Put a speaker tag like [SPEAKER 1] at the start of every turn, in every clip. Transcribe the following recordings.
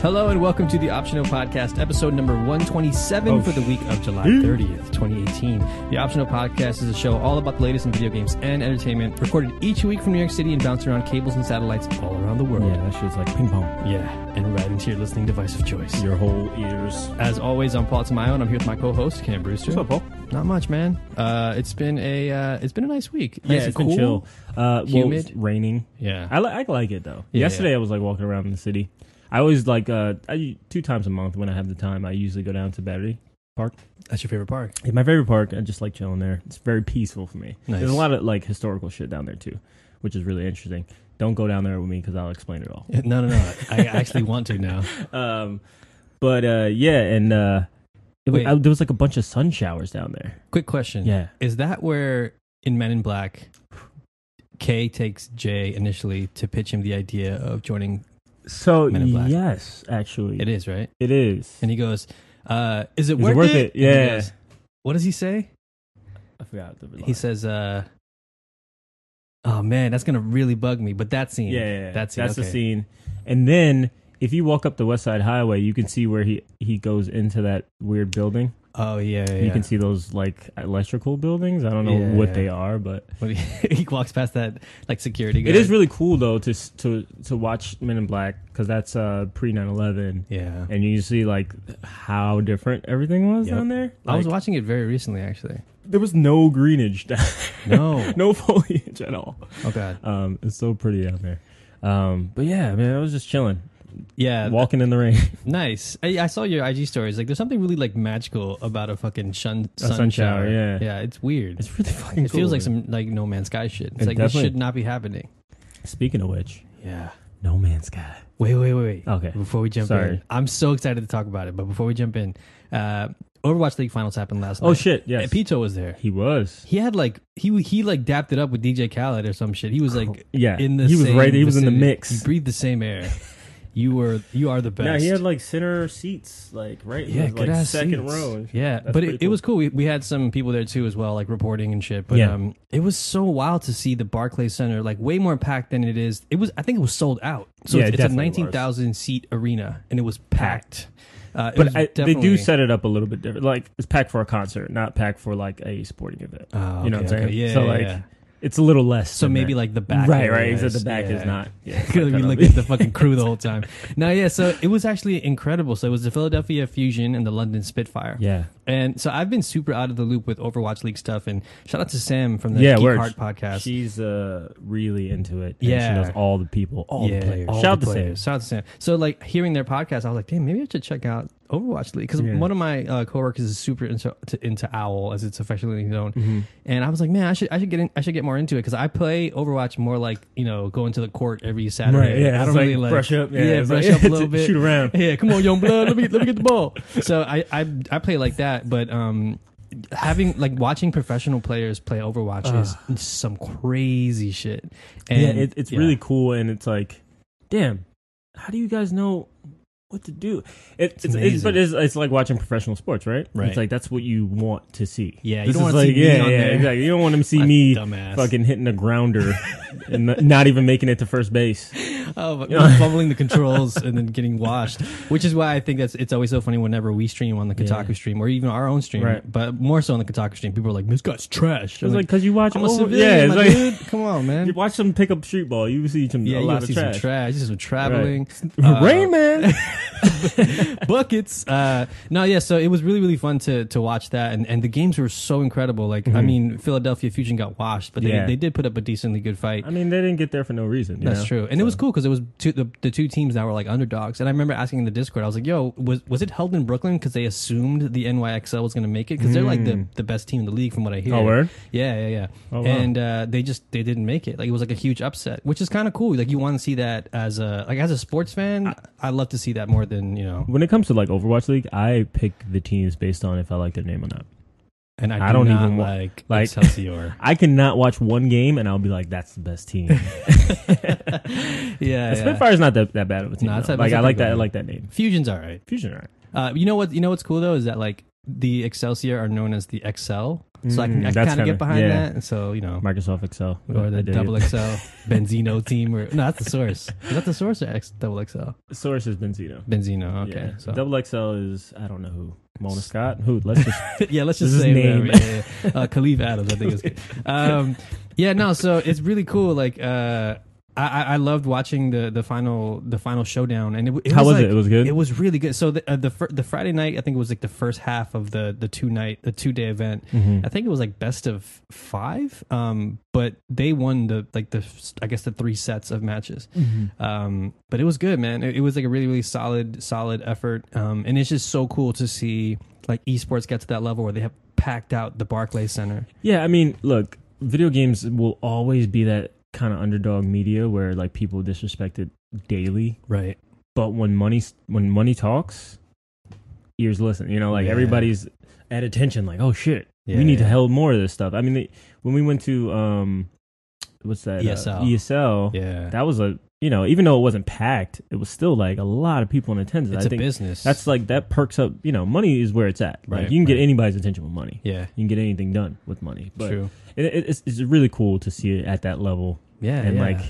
[SPEAKER 1] Hello and welcome to the Optional Podcast, episode number 127
[SPEAKER 2] Oh,
[SPEAKER 1] for the week of July 30th, 2018. The Optional Podcast is a show all about the latest in video games and entertainment, recorded each week from New York City and bounced around cables and satellites all around the world.
[SPEAKER 2] Yeah, that shit's like ping pong.
[SPEAKER 1] Yeah, and right into your listening device of choice.
[SPEAKER 2] Your whole ears.
[SPEAKER 1] As always, I'm Paul Tamayo, and I'm here with my co-host Cam Brewster.
[SPEAKER 2] What's up, Paul?
[SPEAKER 1] Not much, man. Uh, it's been a uh, it's been a nice week.
[SPEAKER 2] Yeah,
[SPEAKER 1] nice
[SPEAKER 2] it's
[SPEAKER 1] and
[SPEAKER 2] been
[SPEAKER 1] cool.
[SPEAKER 2] chill. Uh, well, it's
[SPEAKER 1] Humid.
[SPEAKER 2] raining.
[SPEAKER 1] Yeah.
[SPEAKER 2] I, li- I like it though.
[SPEAKER 1] Yeah,
[SPEAKER 2] Yesterday
[SPEAKER 1] yeah.
[SPEAKER 2] I was like walking around in the city. I always like uh, I, two times a month when I have the time. I usually go down to Battery Park.
[SPEAKER 1] That's your favorite park.
[SPEAKER 2] It's my favorite park. I just like chilling there. It's very peaceful for me.
[SPEAKER 1] Nice.
[SPEAKER 2] There's a lot of like historical shit down there too, which is really interesting. Don't go down there with me because I'll explain it all.
[SPEAKER 1] No, no, no. I actually want to now.
[SPEAKER 2] Um, but uh, yeah, and uh, it,
[SPEAKER 1] Wait.
[SPEAKER 2] I, there was like a bunch of sun showers down there.
[SPEAKER 1] Quick question.
[SPEAKER 2] Yeah.
[SPEAKER 1] Is that where in Men in Black, K takes J initially to pitch him the idea of joining?
[SPEAKER 2] So
[SPEAKER 1] Men in Black.
[SPEAKER 2] yes, actually,
[SPEAKER 1] It is right,
[SPEAKER 2] It is.
[SPEAKER 1] and he goes, uh, "Is it
[SPEAKER 2] Is it
[SPEAKER 1] worth,
[SPEAKER 2] worth
[SPEAKER 1] And
[SPEAKER 2] it?
[SPEAKER 1] he
[SPEAKER 2] Yeah.
[SPEAKER 1] goes- what does he say?
[SPEAKER 2] I forgot the line.
[SPEAKER 1] He says, uh, "Oh man, that's gonna really bug me." But that scene,
[SPEAKER 2] yeah, yeah, yeah.
[SPEAKER 1] that
[SPEAKER 2] that's
[SPEAKER 1] scene,
[SPEAKER 2] the
[SPEAKER 1] okay.
[SPEAKER 2] scene. And then if you walk up the West Side Highway, you can see where he he goes into that weird building.
[SPEAKER 1] Oh yeah, yeah.
[SPEAKER 2] You
[SPEAKER 1] yeah.
[SPEAKER 2] can see those like electrical buildings. I don't know
[SPEAKER 1] Yeah.
[SPEAKER 2] what they are, but
[SPEAKER 1] When he, he walks past that like security guard.
[SPEAKER 2] it is really cool though to s- to to watch Men in Black because that's uh pre 9-11.
[SPEAKER 1] yeah.
[SPEAKER 2] And you see like how different everything was
[SPEAKER 1] Yep.
[SPEAKER 2] down there.
[SPEAKER 1] I was
[SPEAKER 2] Like,
[SPEAKER 1] watching it very recently, actually.
[SPEAKER 2] there was no greenage, down,
[SPEAKER 1] No.
[SPEAKER 2] no foliage at all.
[SPEAKER 1] Oh god.
[SPEAKER 2] Um, it's so pretty down there. Um, but yeah, man, I was just chilling,
[SPEAKER 1] Yeah.
[SPEAKER 2] walking in the rain.
[SPEAKER 1] Nice. I, I saw your IG stories. Like, there's something really like magical about a fucking shun, sun,
[SPEAKER 2] sun
[SPEAKER 1] shower.
[SPEAKER 2] shower, yeah.
[SPEAKER 1] yeah. It's weird.
[SPEAKER 2] It's really fucking.
[SPEAKER 1] it feels like some like No Man's Sky shit. It's
[SPEAKER 2] It
[SPEAKER 1] like this
[SPEAKER 2] definitely-
[SPEAKER 1] should not be happening.
[SPEAKER 2] Speaking of which,
[SPEAKER 1] Yeah.
[SPEAKER 2] No Man's Sky.
[SPEAKER 1] Wait, wait, wait, wait.
[SPEAKER 2] Okay.
[SPEAKER 1] Before we jump
[SPEAKER 2] Sorry.
[SPEAKER 1] in, I'm so excited to talk about it. But before we jump in, uh, Overwatch League finals happened last night.
[SPEAKER 2] Oh shit!
[SPEAKER 1] Yeah.
[SPEAKER 2] Yes,
[SPEAKER 1] Pito was there.
[SPEAKER 2] he was.
[SPEAKER 1] He had like he he like dapped it up with DJ Khaled or some shit. He was like
[SPEAKER 2] Yeah,
[SPEAKER 1] in the
[SPEAKER 2] he was
[SPEAKER 1] same
[SPEAKER 2] right. He was in the
[SPEAKER 1] vicinity.
[SPEAKER 2] mix.
[SPEAKER 1] You breathe the same air. You were you are the best.
[SPEAKER 2] Yeah, he had like center seats, like right, in
[SPEAKER 1] yeah,
[SPEAKER 2] the,
[SPEAKER 1] good
[SPEAKER 2] like
[SPEAKER 1] ass
[SPEAKER 2] second
[SPEAKER 1] seats.
[SPEAKER 2] row.
[SPEAKER 1] Yeah,
[SPEAKER 2] That's
[SPEAKER 1] but
[SPEAKER 2] pretty
[SPEAKER 1] it, it
[SPEAKER 2] cool.
[SPEAKER 1] was cool. We, we had some people there too as well, like reporting and shit. But
[SPEAKER 2] Yeah.
[SPEAKER 1] um, it was so wild to see the Barclays Center like way more packed than it is. It was I think it was sold out. So
[SPEAKER 2] Yeah,
[SPEAKER 1] it's, it's
[SPEAKER 2] it
[SPEAKER 1] a
[SPEAKER 2] definitely was.
[SPEAKER 1] nineteen thousand seat arena, and it was packed. Uh, it was
[SPEAKER 2] But I, they do
[SPEAKER 1] definitely-
[SPEAKER 2] set it up a little bit different. Like it's packed for a concert, not packed for like a sporting event.
[SPEAKER 1] Oh,
[SPEAKER 2] you
[SPEAKER 1] okay,
[SPEAKER 2] know what I'm saying?
[SPEAKER 1] okay. Yeah,
[SPEAKER 2] so
[SPEAKER 1] yeah,
[SPEAKER 2] like,
[SPEAKER 1] yeah.
[SPEAKER 2] it's a little less.
[SPEAKER 1] So
[SPEAKER 2] than
[SPEAKER 1] maybe
[SPEAKER 2] that.
[SPEAKER 1] like the back,
[SPEAKER 2] right,
[SPEAKER 1] area
[SPEAKER 2] right. Except the back
[SPEAKER 1] yeah.
[SPEAKER 2] is not. Yeah, it's
[SPEAKER 1] Could
[SPEAKER 2] not
[SPEAKER 1] be
[SPEAKER 2] kinda-
[SPEAKER 1] looking at the fucking crew the whole time. No, yeah. So it was actually incredible. So it was the Philadelphia Fusion and the London Spitfire.
[SPEAKER 2] yeah,
[SPEAKER 1] And so I've been super out of the loop with Overwatch League stuff. And shout out to Sam from the
[SPEAKER 2] Yeah,
[SPEAKER 1] Geek
[SPEAKER 2] word.
[SPEAKER 1] Heart podcast.
[SPEAKER 2] she's uh really into it. and
[SPEAKER 1] Yeah.
[SPEAKER 2] she knows all the people, all the players.
[SPEAKER 1] all
[SPEAKER 2] Shout out
[SPEAKER 1] the
[SPEAKER 2] to Sam.
[SPEAKER 1] players. Shout out to Sam. So like hearing their podcast, I was like, damn, maybe I should check out Overwatch League because
[SPEAKER 2] Yeah.
[SPEAKER 1] one of my uh, coworkers is super into to, into Owl as it's officially known,
[SPEAKER 2] Mm-hmm.
[SPEAKER 1] and I was like, man, I should I should get in, I should get more into it because I play Overwatch more like you know going to the court every Saturday. I
[SPEAKER 2] it's
[SPEAKER 1] don't really like
[SPEAKER 2] brush up. Yeah, it's
[SPEAKER 1] brush
[SPEAKER 2] like-
[SPEAKER 1] up a little bit.
[SPEAKER 2] Shoot around.
[SPEAKER 1] Yeah, come on, young blood. Let me let me get the ball. So I I, I play like that, but um, having like watching professional players play Overwatch is some crazy shit. And
[SPEAKER 2] Ah. yeah, it, it's
[SPEAKER 1] yeah.
[SPEAKER 2] really cool, and it's like, damn, how do you guys know what to do? It, it's, it's
[SPEAKER 1] amazing.
[SPEAKER 2] but it's, it's like watching professional sports, right?
[SPEAKER 1] Right.
[SPEAKER 2] It's like that's what you want to see.
[SPEAKER 1] Yeah, you
[SPEAKER 2] This
[SPEAKER 1] don't
[SPEAKER 2] is
[SPEAKER 1] wanna see me
[SPEAKER 2] yeah,
[SPEAKER 1] on
[SPEAKER 2] yeah,
[SPEAKER 1] there.
[SPEAKER 2] exactly. You don't want to see
[SPEAKER 1] My
[SPEAKER 2] me
[SPEAKER 1] dumbass.
[SPEAKER 2] fucking hitting a grounder and not- not even making it to first base.
[SPEAKER 1] Oh, but bumbling the controls and then getting washed, which is why I think that's it's always so funny whenever we stream on the Kotaku
[SPEAKER 2] Yeah.
[SPEAKER 1] stream or even our own stream,
[SPEAKER 2] Right.
[SPEAKER 1] but more so on the Kotaku stream. People are like, "This guy's trash."
[SPEAKER 2] It's like because you watch
[SPEAKER 1] I'm a
[SPEAKER 2] over-
[SPEAKER 1] civilian,
[SPEAKER 2] yeah, it's
[SPEAKER 1] my
[SPEAKER 2] like
[SPEAKER 1] dude. Come on,
[SPEAKER 2] you
[SPEAKER 1] man.
[SPEAKER 2] watch them pick up street ball. You see some
[SPEAKER 1] Yeah,
[SPEAKER 2] a
[SPEAKER 1] you
[SPEAKER 2] lot
[SPEAKER 1] gotta
[SPEAKER 2] of
[SPEAKER 1] see
[SPEAKER 2] trash.
[SPEAKER 1] some trash. You see some traveling.
[SPEAKER 2] Rainman.
[SPEAKER 1] Uh, buckets. Uh, no, yeah. So it was really, really fun to to watch that, and, and the games were so incredible. Like, I mean, Philadelphia Fusion got washed, but they,
[SPEAKER 2] Mm-hmm. Yeah.
[SPEAKER 1] they did put up a decently good fight.
[SPEAKER 2] I mean, they didn't get there for no reason. you
[SPEAKER 1] That's
[SPEAKER 2] know?
[SPEAKER 1] true, and it was cool because it was two, the the two teams that were like underdogs. And I remember asking in the Discord, I was like, "Yo, was was it held in Brooklyn? Because they assumed the NYXL was going to make it because they're like the, the best team in the league from what I hear."
[SPEAKER 2] Mm. Oh, word?
[SPEAKER 1] Yeah, yeah, yeah.
[SPEAKER 2] Oh, wow.
[SPEAKER 1] And uh, they just they didn't make it. Like it was like a huge upset, which is kind of cool. Like you want to see that as a like as a sports fan, I, love to see that more than you know.
[SPEAKER 2] When it comes to like Overwatch League, I pick the teams based on if I like their name or not.
[SPEAKER 1] And I, do
[SPEAKER 2] I don't
[SPEAKER 1] not
[SPEAKER 2] even wa-
[SPEAKER 1] like
[SPEAKER 2] like-
[SPEAKER 1] Excelsior.
[SPEAKER 2] I cannot watch one game and I'll be like, that's the best team.
[SPEAKER 1] yeah, yeah.
[SPEAKER 2] Spitfire's not that, that bad of a team.
[SPEAKER 1] No, it's a-
[SPEAKER 2] though. like
[SPEAKER 1] it's a
[SPEAKER 2] I like
[SPEAKER 1] pretty
[SPEAKER 2] that.
[SPEAKER 1] good
[SPEAKER 2] I like that name.
[SPEAKER 1] Fusion's all right.
[SPEAKER 2] Fusion, right?
[SPEAKER 1] Uh, you know what? You know what's cool though is that like the Excelsior are known as the Excel, so I can, I
[SPEAKER 2] Mm, that's
[SPEAKER 1] kind of
[SPEAKER 2] kinda-
[SPEAKER 1] get behind
[SPEAKER 2] yeah.
[SPEAKER 1] that. And so you know,
[SPEAKER 2] Microsoft Excel
[SPEAKER 1] or
[SPEAKER 2] I
[SPEAKER 1] the
[SPEAKER 2] did it.
[SPEAKER 1] double XL Benzino team, or no, that's the source. Is that the source or X double XL
[SPEAKER 2] source is Benzino.
[SPEAKER 1] Benzino? Okay,
[SPEAKER 2] Yeah.
[SPEAKER 1] so
[SPEAKER 2] double XL is I don't know who Mona Scott who let's just
[SPEAKER 1] yeah, let's just
[SPEAKER 2] This is
[SPEAKER 1] say
[SPEAKER 2] name.
[SPEAKER 1] whatever. Yeah, yeah. Uh, Khalif Adams, I think. Is, um, yeah, no. So it's really cool. Like, uh, I- I, I loved watching the the final the final showdown, and it, w- it
[SPEAKER 2] how
[SPEAKER 1] was
[SPEAKER 2] was
[SPEAKER 1] like,
[SPEAKER 2] it? It was good.
[SPEAKER 1] It was really good. So the uh, the, fir- the Friday night, I think it was like the first half of the the two night the two day event.
[SPEAKER 2] Mhm.
[SPEAKER 1] I think it was like best of five. Um, but they won the like the I guess the three sets of matches.
[SPEAKER 2] Mm-hmm.
[SPEAKER 1] Um, but it was good, man. It, it was like a really really solid solid effort. Um, and it's just so cool to see like esports get to that level where they have packed out the Barclays Center.
[SPEAKER 2] Yeah, I mean, look, video games will always be that kind of underdog media where like people disrespect it daily.
[SPEAKER 1] Right.
[SPEAKER 2] But when money when money talks, ears listen. You know, like
[SPEAKER 1] Yeah.
[SPEAKER 2] everybody's at attention. Like, oh shit,
[SPEAKER 1] Yeah,
[SPEAKER 2] we need to
[SPEAKER 1] yeah.
[SPEAKER 2] hold more of this stuff. I mean, they, when we went to um, what's that?
[SPEAKER 1] ESL.
[SPEAKER 2] Uh, ESL.
[SPEAKER 1] E Yeah.
[SPEAKER 2] That was a you know, even though it wasn't packed, it was still like a lot of people in attendance.
[SPEAKER 1] it's
[SPEAKER 2] I
[SPEAKER 1] a
[SPEAKER 2] think
[SPEAKER 1] business.
[SPEAKER 2] that's like that perks up. You know, money is where it's at. Like
[SPEAKER 1] Right,
[SPEAKER 2] you can get
[SPEAKER 1] right.
[SPEAKER 2] anybody's attention with money.
[SPEAKER 1] yeah.
[SPEAKER 2] You can get anything done with money. But
[SPEAKER 1] True.
[SPEAKER 2] it, it, it's, it's really cool to see it at that level
[SPEAKER 1] Yeah.
[SPEAKER 2] and
[SPEAKER 1] yeah.
[SPEAKER 2] like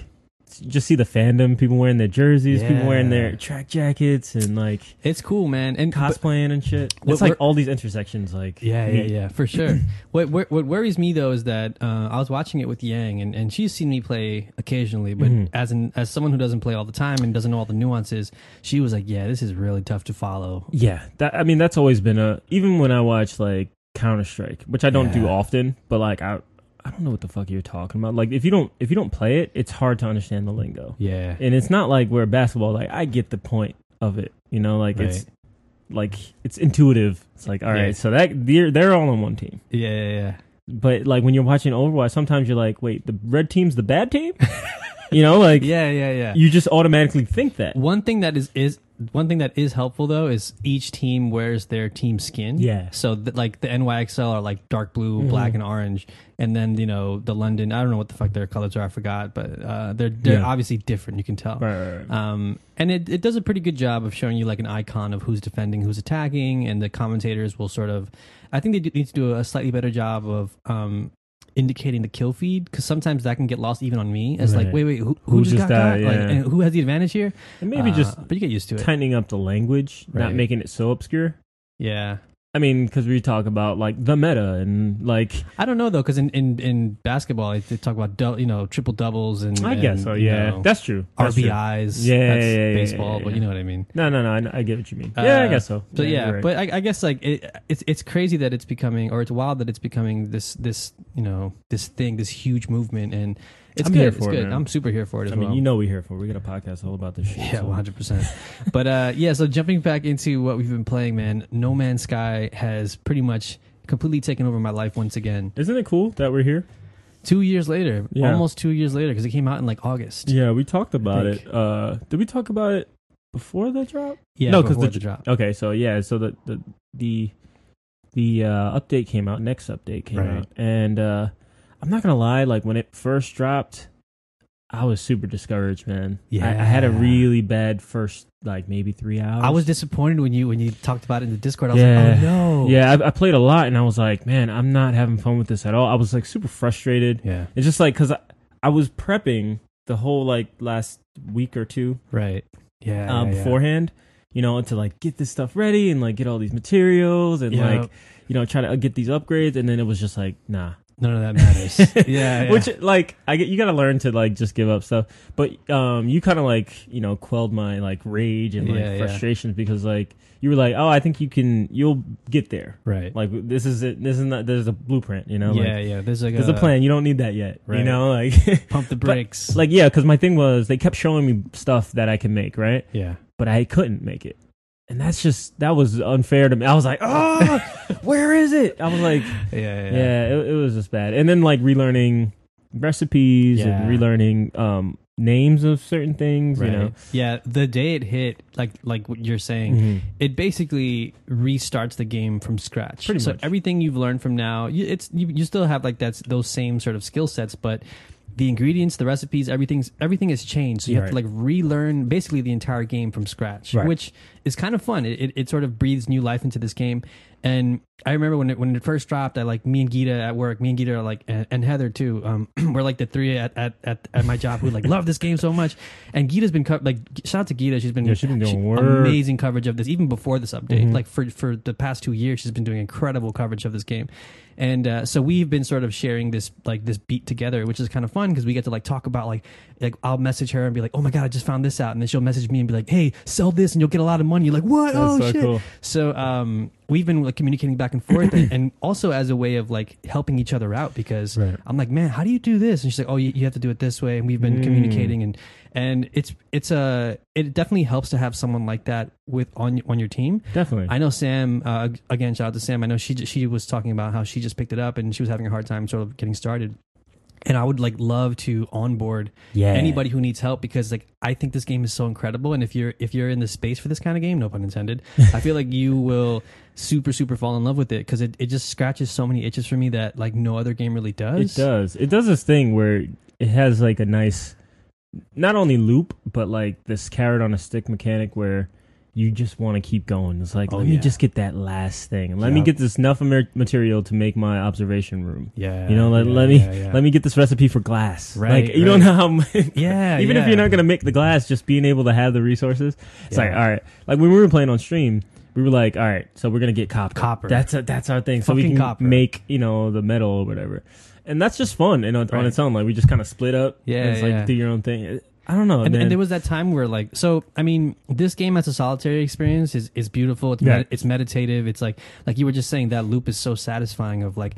[SPEAKER 2] just see the fandom people wearing their jerseys people wearing their
[SPEAKER 1] Yeah.
[SPEAKER 2] track jackets and like
[SPEAKER 1] it's cool, man. And but-
[SPEAKER 2] cosplaying and shit
[SPEAKER 1] What
[SPEAKER 2] it's like
[SPEAKER 1] we're-
[SPEAKER 2] all these intersections like
[SPEAKER 1] Yeah, yeah,
[SPEAKER 2] meet.
[SPEAKER 1] yeah, for sure. what, what what worries me though is that uh, I was watching it with Yang, and, and she's seen me play occasionally, but
[SPEAKER 2] Mhm.
[SPEAKER 1] as an as someone who doesn't play all the time and doesn't know all the nuances, she was like, "Yeah, this is really tough to follow."
[SPEAKER 2] yeah that i mean that's always been a even when i watch like counter-strike which i don't do
[SPEAKER 1] Yeah.
[SPEAKER 2] often but like i i don't know what the fuck you're talking about like if you don't if you don't play it it's hard to understand the lingo
[SPEAKER 1] Yeah,
[SPEAKER 2] and it's not like we're basketball like i get the point of it you know like it's like it's intuitive it's like all right
[SPEAKER 1] Yeah.
[SPEAKER 2] so that they're they're all on one team
[SPEAKER 1] yeah, yeah, yeah.
[SPEAKER 2] but like when you're watching Overwatch, sometimes you're like, wait, the red team's the bad team, you know? Like
[SPEAKER 1] yeah, yeah, yeah.
[SPEAKER 2] you just automatically think that.
[SPEAKER 1] One thing that is is one thing that is helpful though is each team wears their team skin.
[SPEAKER 2] Yeah.
[SPEAKER 1] So th- like the NYXL are like dark blue, black, and orange, and then you know the London. I don't know what the fuck their colors are. I forgot, but uh, they're they're
[SPEAKER 2] Yeah.
[SPEAKER 1] obviously different. You can tell.
[SPEAKER 2] Right, right, right.
[SPEAKER 1] Um, and it, it does a pretty good job of showing you like an icon of who's defending, who's attacking, and the commentators will sort of. I think they do, need to do a slightly better job of um, indicating the kill feed because sometimes that can get lost even on me. It's like,
[SPEAKER 2] Right.
[SPEAKER 1] wait, wait, who, who, just, got
[SPEAKER 2] died,
[SPEAKER 1] got? Like,
[SPEAKER 2] yeah.
[SPEAKER 1] and who has the advantage here?
[SPEAKER 2] and maybe
[SPEAKER 1] Uh,
[SPEAKER 2] just
[SPEAKER 1] but you get used to it.
[SPEAKER 2] tightening up the language, not
[SPEAKER 1] Right.
[SPEAKER 2] making it so obscure.
[SPEAKER 1] yeah,
[SPEAKER 2] I mean, because we talk about like the meta and like
[SPEAKER 1] I don't know though because in, in in basketball they talk about dou- you know triple doubles and
[SPEAKER 2] I
[SPEAKER 1] and,
[SPEAKER 2] guess so.
[SPEAKER 1] you
[SPEAKER 2] Yeah,
[SPEAKER 1] know,
[SPEAKER 2] that's true. That's true.
[SPEAKER 1] RBIs.
[SPEAKER 2] Yeah,
[SPEAKER 1] that's
[SPEAKER 2] yeah, yeah, yeah,
[SPEAKER 1] baseball,
[SPEAKER 2] yeah,
[SPEAKER 1] but
[SPEAKER 2] yeah.
[SPEAKER 1] you know what I mean.
[SPEAKER 2] No, no, no. I, I get what you mean. yeah, I
[SPEAKER 1] Uh,
[SPEAKER 2] guess so.
[SPEAKER 1] So yeah,
[SPEAKER 2] you're right.
[SPEAKER 1] but I, I guess like it, it's it's crazy that it's becoming, or it's wild that it's becoming this this you know this thing, this huge movement, and it's
[SPEAKER 2] I'm
[SPEAKER 1] good.
[SPEAKER 2] here
[SPEAKER 1] it's
[SPEAKER 2] for it,
[SPEAKER 1] good.
[SPEAKER 2] man.
[SPEAKER 1] I'm super here for it as
[SPEAKER 2] I mean,
[SPEAKER 1] well.
[SPEAKER 2] you know, we're here for. We got a podcast all about this shit.
[SPEAKER 1] yeah,
[SPEAKER 2] so.
[SPEAKER 1] 100. percent But uh, yeah, so jumping back into what we've been playing, man, No Man's Sky has pretty much completely taken over my life once again.
[SPEAKER 2] Isn't it cool that we're here?
[SPEAKER 1] Two years later,
[SPEAKER 2] Yeah.
[SPEAKER 1] almost two years later, because it came out in like August.
[SPEAKER 2] Yeah, we talked about
[SPEAKER 1] think.
[SPEAKER 2] it. Uh, did we talk about it before the drop?
[SPEAKER 1] yeah
[SPEAKER 2] No, 'cause
[SPEAKER 1] because the,
[SPEAKER 2] the-
[SPEAKER 1] drop.
[SPEAKER 2] Okay, so yeah, so the the the, the uh, update came out. Next update came
[SPEAKER 1] Right.
[SPEAKER 2] out, and uh, I'm not gonna lie, like when it first dropped, I was super discouraged, man. I, I had a
[SPEAKER 1] Yeah.
[SPEAKER 2] really bad first, like maybe three hours.
[SPEAKER 1] I was disappointed when you when you talked about it in the Discord. I was
[SPEAKER 2] Yeah.
[SPEAKER 1] like, oh no.
[SPEAKER 2] yeah, I, I played a lot, and I was like, man, I'm not having fun with this at all. I was like super frustrated.
[SPEAKER 1] Yeah.
[SPEAKER 2] It's just like because I, I was prepping the whole like last week or two
[SPEAKER 1] Right. Yeah.
[SPEAKER 2] um,
[SPEAKER 1] yeah, yeah.
[SPEAKER 2] beforehand, you know, to like get this stuff ready and like get all these materials and
[SPEAKER 1] Yeah.
[SPEAKER 2] like, you know, try to uh, get these upgrades. And then it was just like, nah.
[SPEAKER 1] None of that matters. yeah, yeah.
[SPEAKER 2] Which like I get, you got to learn to like just give up stuff. But um, you kind of like you know quelled my like rage and like
[SPEAKER 1] Yeah, yeah.
[SPEAKER 2] frustrations because like you were like, oh, I think you can, you'll get there.
[SPEAKER 1] right.
[SPEAKER 2] Like this is it. This is not. There's a blueprint. You know.
[SPEAKER 1] yeah,
[SPEAKER 2] Like,
[SPEAKER 1] yeah. There's like
[SPEAKER 2] there's a plan. You don't need that yet. You
[SPEAKER 1] Right.
[SPEAKER 2] know. Like.
[SPEAKER 1] Pump the brakes.
[SPEAKER 2] Like yeah, because my thing was they kept showing me stuff that I can make, right?
[SPEAKER 1] yeah,
[SPEAKER 2] but I couldn't make it. And that's just that was unfair to me. I was like, oh, where is it? I was like,
[SPEAKER 1] yeah, yeah.
[SPEAKER 2] yeah, it, it was just bad. And then like relearning recipes
[SPEAKER 1] Yeah.
[SPEAKER 2] and relearning um names of certain things,
[SPEAKER 1] Right.
[SPEAKER 2] you know.
[SPEAKER 1] Yeah, the day it hit, like like what you're saying,
[SPEAKER 2] Mhm.
[SPEAKER 1] it basically restarts the game from scratch.
[SPEAKER 2] Pretty
[SPEAKER 1] so
[SPEAKER 2] much.
[SPEAKER 1] everything you've learned from now, you, it's you, you still have like that's those same sort of skill sets, but the ingredients, the recipes, everything's everything has changed. So you have to
[SPEAKER 2] Right.
[SPEAKER 1] like relearn basically the entire game from scratch,
[SPEAKER 2] Right.
[SPEAKER 1] which is kind of fun. It, it it sort of breathes new life into this game, and I remember when it when it first dropped, I like me and Gita at work, me and Gita are like and, and Heather too. Um, we're like the three at, at, at, at my job who like love this game so much. And Gita's been co- like shout out to Gita, she's been
[SPEAKER 2] Yeah, she's been doing work.
[SPEAKER 1] amazing coverage of this even before this update.
[SPEAKER 2] Mhm.
[SPEAKER 1] Like for for the past two years, she's been doing incredible coverage of this game. And uh, so we've been sort of sharing this like this beat together, which is kind of fun because we get to like talk about like like I'll message her and be like, oh my god, I just found this out, and then she'll message me and be like, hey, sell this and you'll get a lot of money. You're like what?
[SPEAKER 2] That's
[SPEAKER 1] oh
[SPEAKER 2] so
[SPEAKER 1] shit!
[SPEAKER 2] cool.
[SPEAKER 1] So um, we've been like, communicating back and forth, and, and also as a way of like helping each other out because
[SPEAKER 2] Right.
[SPEAKER 1] I'm like, man, how do you do this? And she's like, oh, you, you have to do it this way, and we've been
[SPEAKER 2] Mm.
[SPEAKER 1] communicating, and and it's it's a it definitely helps to have someone like that with on on your team.
[SPEAKER 2] Definitely.
[SPEAKER 1] I know Sam. Uh, again, shout out to Sam. I know she ju- she was talking about how she just picked it up and she was having a hard time sort of getting started. And I would like love to onboard
[SPEAKER 2] yeah.
[SPEAKER 1] anybody who needs help because like I think this game is so incredible and if you're if you're in the space for this kind of game, no pun intended, I feel like you will super super fall in love with it because it, it just scratches so many itches for me that like no other game really
[SPEAKER 2] It
[SPEAKER 1] does.
[SPEAKER 2] does. It does this thing where it has like a nice, not only loop, but like this carrot on a stick mechanic where you just want to keep going. It's like,
[SPEAKER 1] Oh,
[SPEAKER 2] let me
[SPEAKER 1] yeah.
[SPEAKER 2] just get that last thing. Let me
[SPEAKER 1] Yep.
[SPEAKER 2] get this enough amer- material to make my observation room.
[SPEAKER 1] Yeah,
[SPEAKER 2] You know, let,
[SPEAKER 1] yeah,
[SPEAKER 2] let me
[SPEAKER 1] yeah, yeah.
[SPEAKER 2] let me get this recipe for glass.
[SPEAKER 1] Right,
[SPEAKER 2] Like you don't
[SPEAKER 1] right.
[SPEAKER 2] know how much.
[SPEAKER 1] Yeah,
[SPEAKER 2] even if
[SPEAKER 1] yeah.
[SPEAKER 2] you're not gonna make the glass, just being able to have the resources. It's
[SPEAKER 1] Yeah.
[SPEAKER 2] like all right. Like when we were playing on stream, we were like, all right, so we're gonna get copper.
[SPEAKER 1] Copper.
[SPEAKER 2] That's a, that's our thing. so we
[SPEAKER 1] Fucking
[SPEAKER 2] can
[SPEAKER 1] copper.
[SPEAKER 2] make you know the metal or whatever, and that's just fun. And on, on
[SPEAKER 1] Right.
[SPEAKER 2] its own, like we just kind of split up.
[SPEAKER 1] Yeah,
[SPEAKER 2] and it's
[SPEAKER 1] yeah.
[SPEAKER 2] like do your own thing. I don't know.
[SPEAKER 1] and,
[SPEAKER 2] man.
[SPEAKER 1] and there was that time where like so i mean this game as a solitary experience is, is beautiful it's,
[SPEAKER 2] Yeah.
[SPEAKER 1] med- it's meditative it's like like you were just saying that loop is so satisfying of like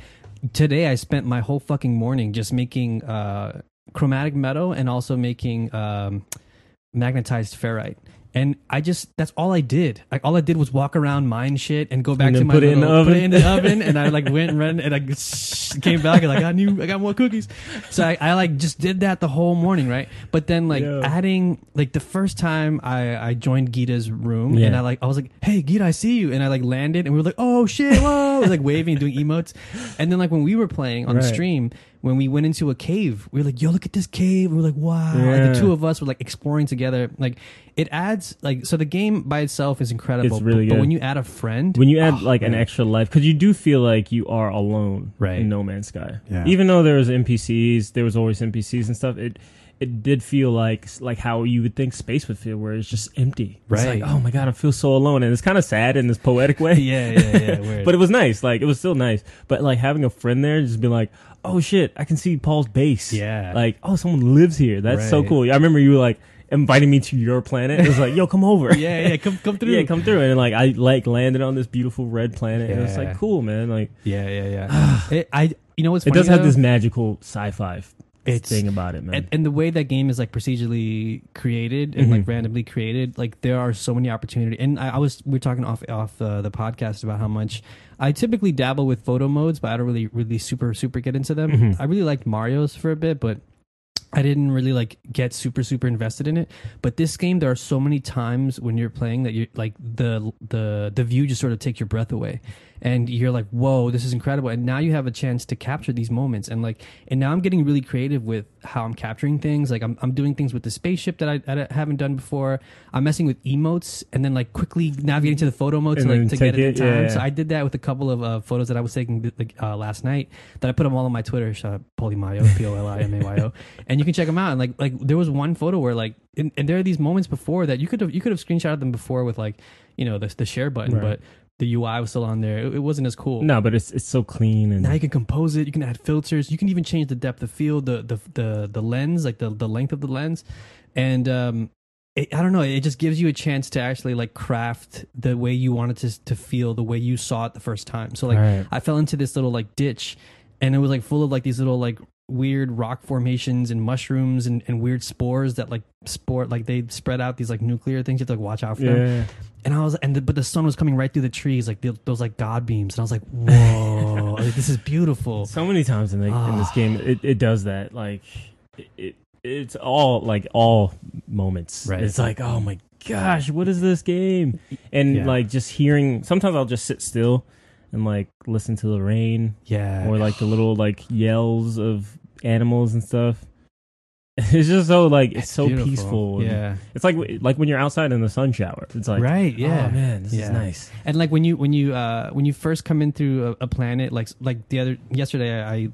[SPEAKER 1] today i spent my whole fucking morning just making uh chromatic metal and also making um magnetized ferrite and I just that's all I did. Like all I did was walk around, mine shit, and go back
[SPEAKER 2] And
[SPEAKER 1] to
[SPEAKER 2] then
[SPEAKER 1] my
[SPEAKER 2] put it in
[SPEAKER 1] little, put
[SPEAKER 2] the oven.
[SPEAKER 1] it in the oven, and I like went and ran, and I came back and like I knew I got more cookies. So I, I like just did that the whole morning, right? But then like
[SPEAKER 2] Yeah.
[SPEAKER 1] adding like the first time I I joined Gita's room
[SPEAKER 2] Yeah.
[SPEAKER 1] and I like I was like, hey Gita, I see you, and I like landed and we were like, oh shit, whoa, I was like waving and doing emotes, and then like when we were playing on the
[SPEAKER 2] Right.
[SPEAKER 1] stream, when we went into a cave, we were like, yo, look at this cave, we were like, wow, like
[SPEAKER 2] Yeah.
[SPEAKER 1] the two of us were like exploring together, like it adds like so the game by itself is incredible,
[SPEAKER 2] It's really
[SPEAKER 1] but, but
[SPEAKER 2] good.
[SPEAKER 1] when you add a friend,
[SPEAKER 2] when you add
[SPEAKER 1] oh,
[SPEAKER 2] like an
[SPEAKER 1] man.
[SPEAKER 2] extra life because you do feel like you are alone
[SPEAKER 1] Right.
[SPEAKER 2] in no man's sky
[SPEAKER 3] Yeah.
[SPEAKER 2] even though there was npcs there was always npcs and stuff it it did feel like like how you would think space would feel where it's just empty it's
[SPEAKER 1] Right.
[SPEAKER 2] like oh my god i feel so alone and it's kind of sad in this poetic way
[SPEAKER 1] yeah, yeah, yeah, weird.
[SPEAKER 2] but it was nice like it was still nice but like having a friend there just be like oh shit i can see paul's base
[SPEAKER 1] Yeah.
[SPEAKER 2] like oh someone lives here that's so
[SPEAKER 1] Right.
[SPEAKER 2] cool i remember you were like inviting me to your planet it was like yo come over
[SPEAKER 1] yeah, yeah, come come through,
[SPEAKER 2] yeah, come through. And like I like landed on this beautiful red planet. And it's
[SPEAKER 1] Yeah.
[SPEAKER 2] like cool, man. Like
[SPEAKER 1] yeah, yeah, yeah. it, I you know what's
[SPEAKER 2] it
[SPEAKER 1] funny
[SPEAKER 2] does have
[SPEAKER 1] though?
[SPEAKER 2] this magical sci-fi f-
[SPEAKER 1] It's-
[SPEAKER 2] thing about it, man.
[SPEAKER 1] and, and the way that game is like procedurally created and like
[SPEAKER 2] Mhm.
[SPEAKER 1] randomly created like there are so many opportunity and I, I was we are talking off off uh, the podcast about how much i typically dabble with photo modes but i don't really really super super get into them
[SPEAKER 2] Mhm.
[SPEAKER 1] i really liked mario's for a bit but I didn't really like get super super invested in it, but this game there are so many times when you're playing that you like the the the view just sort of takes your breath away, and you're like, whoa, this is incredible, and now you have a chance to capture these moments, and like, and now I'm getting really creative with how I'm capturing things. Like I'm I'm doing things with the spaceship that I, that I haven't done before. I'm messing with emotes, and then like quickly navigating to the photo mode to
[SPEAKER 2] And
[SPEAKER 1] like
[SPEAKER 2] then
[SPEAKER 1] to get
[SPEAKER 2] take
[SPEAKER 1] it in
[SPEAKER 2] it,
[SPEAKER 1] time.
[SPEAKER 2] yeah.
[SPEAKER 1] So I did that with a couple of uh, photos that I was taking th- like, uh, last night that I put them all on my Twitter, shout out Polimayo, P O L I M A Y O, and you can check them out. And like like there was one photo where like and, and there are these moments before that you could have you could have screenshotted them before with like you know the the share button,
[SPEAKER 2] Right.
[SPEAKER 1] but the UI was still on there. It, it wasn't as cool.
[SPEAKER 2] no, but it's it's so clean and
[SPEAKER 1] Now you can compose it. You can add filters. You can even change the depth of field, the the the, the lens, like the the length of the lens, and um, it, I don't know. It just gives you a chance to actually like craft the way you wanted to to feel, the way you saw it the first time. So like
[SPEAKER 2] Right.
[SPEAKER 1] I fell into this little like ditch, and it was like full of like these little like weird rock formations and mushrooms and, and weird spores that like sport like they spread out these like nuclear things you have to like watch out for them
[SPEAKER 2] yeah.
[SPEAKER 1] and I was, and the, but the sun was coming right through the trees, like the, those like god beams, and I was like, whoa, like, this is beautiful.
[SPEAKER 2] So many times in the, in this
[SPEAKER 1] Ah.
[SPEAKER 2] game, it, it does that. Like it, it it's all like all moments.
[SPEAKER 1] Right.
[SPEAKER 2] It's like oh my gosh, what is this game? And
[SPEAKER 1] Yeah.
[SPEAKER 2] like just hearing. Sometimes I'll just sit still and like listen to the rain
[SPEAKER 1] Yeah,
[SPEAKER 2] or like the little like yells of animals and stuff. It's just so like it's so
[SPEAKER 1] Beautiful.
[SPEAKER 2] peaceful. and-
[SPEAKER 1] Yeah.
[SPEAKER 2] It's like like when you're outside in the sun shower. It's like
[SPEAKER 1] right.
[SPEAKER 2] Yeah.
[SPEAKER 1] Yeah.
[SPEAKER 2] Oh man, this
[SPEAKER 1] Yeah.
[SPEAKER 2] is nice.
[SPEAKER 1] And like when you when you uh when you first come in through a, a planet like like the other yesterday I, I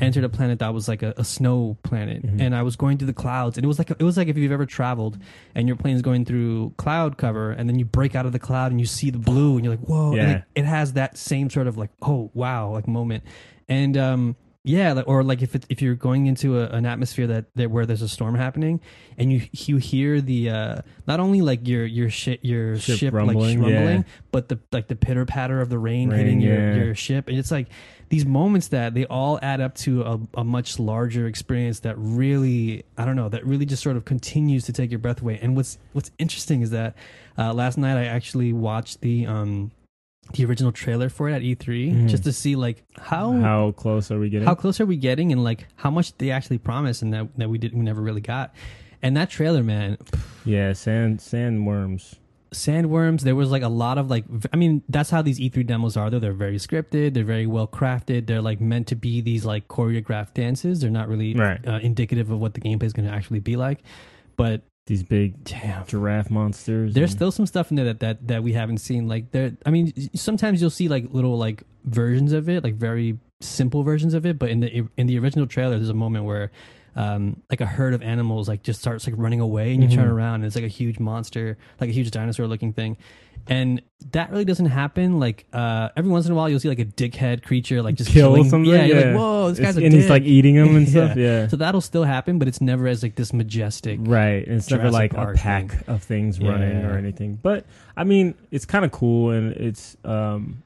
[SPEAKER 1] entered a planet that was like a, a snow planet
[SPEAKER 2] Mhm.
[SPEAKER 1] and I was going through the clouds and it was like it was like if you've ever traveled and your plane's going through cloud cover and then you break out of the cloud and you see the blue and you're like whoa and
[SPEAKER 2] Yeah.
[SPEAKER 1] like, it has that same sort of like oh wow like moment and um yeah like, or like if it, if you're going into a, an atmosphere that, that where there's a storm happening and you you hear the uh not only like your your shit your ship,
[SPEAKER 2] Ship
[SPEAKER 1] like
[SPEAKER 2] rumbling, yeah.
[SPEAKER 1] rumbling but the like the pitter patter of the rain,
[SPEAKER 2] Rain,
[SPEAKER 1] hitting your,
[SPEAKER 2] yeah.
[SPEAKER 1] your ship and it's like these moments that they all add up to a, a much larger experience that really i don't know that really just sort of continues to take your breath away and what's what's interesting is that uh, last night i actually watched the um the original trailer for it at e3
[SPEAKER 2] Mhm.
[SPEAKER 1] just to see like how, Mm-hmm. how
[SPEAKER 2] How close are we getting?
[SPEAKER 1] close are we getting and like how much they actually promised and that that we didn't we never really got and that trailer man
[SPEAKER 2] yeah, sand sandworms.
[SPEAKER 1] sandworms there was like a lot of like v- i mean that's how these e3 demos are though they're very scripted they're very well crafted they're like meant to be these like choreographed dances they're not really
[SPEAKER 2] Right.
[SPEAKER 1] uh, indicative of what the gameplay is going to actually be like but
[SPEAKER 2] These big
[SPEAKER 1] damn
[SPEAKER 2] giraffe monsters.
[SPEAKER 1] there's
[SPEAKER 2] and-
[SPEAKER 1] still some stuff in there that, that that we haven't seen like there i mean sometimes you'll see like little like versions of it like very simple versions of it but in the in the original trailer there's a moment where um like a herd of animals like just starts like running away and you turn
[SPEAKER 2] Mhm.
[SPEAKER 1] around and it's like a huge monster like a huge dinosaur looking thing and that really doesn't happen like uh every once in a while you'll see like a dickhead creature like just
[SPEAKER 2] Kill
[SPEAKER 1] killing
[SPEAKER 2] something,
[SPEAKER 1] yeah, you're
[SPEAKER 2] yeah.
[SPEAKER 1] like whoa this guy's
[SPEAKER 2] It's-
[SPEAKER 1] a
[SPEAKER 2] and
[SPEAKER 1] dick.
[SPEAKER 2] he's like eating them and stuff.
[SPEAKER 1] Yeah.
[SPEAKER 2] Yeah.
[SPEAKER 1] so that'll still happen but it's never as like this majestic
[SPEAKER 2] Right. And it's never
[SPEAKER 1] Jurassic
[SPEAKER 2] like
[SPEAKER 1] Park
[SPEAKER 2] a pack of things running
[SPEAKER 1] Yeah.
[SPEAKER 2] or anything. But I mean, it's kind of cool and it's um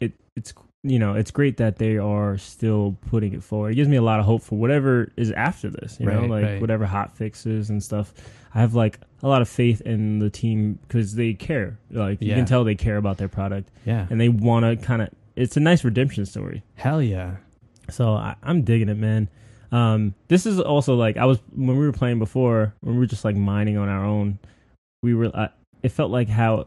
[SPEAKER 2] it it's you know, it's great that they are still putting it forward. It gives me a lot of hope for whatever is after this, you know,
[SPEAKER 1] Right,
[SPEAKER 2] like
[SPEAKER 1] right.
[SPEAKER 2] whatever hot fixes and stuff. I have like a lot of faith in the team cuz they care. Like you
[SPEAKER 1] Yeah.
[SPEAKER 2] can tell they care about their product
[SPEAKER 1] yeah
[SPEAKER 2] and they want to kind of it's a nice redemption story.
[SPEAKER 1] hell yeah
[SPEAKER 2] So I, I'm digging it, man. Um, this is also like I was when we were playing before when we were just like mining on our own. We were. I, it felt like how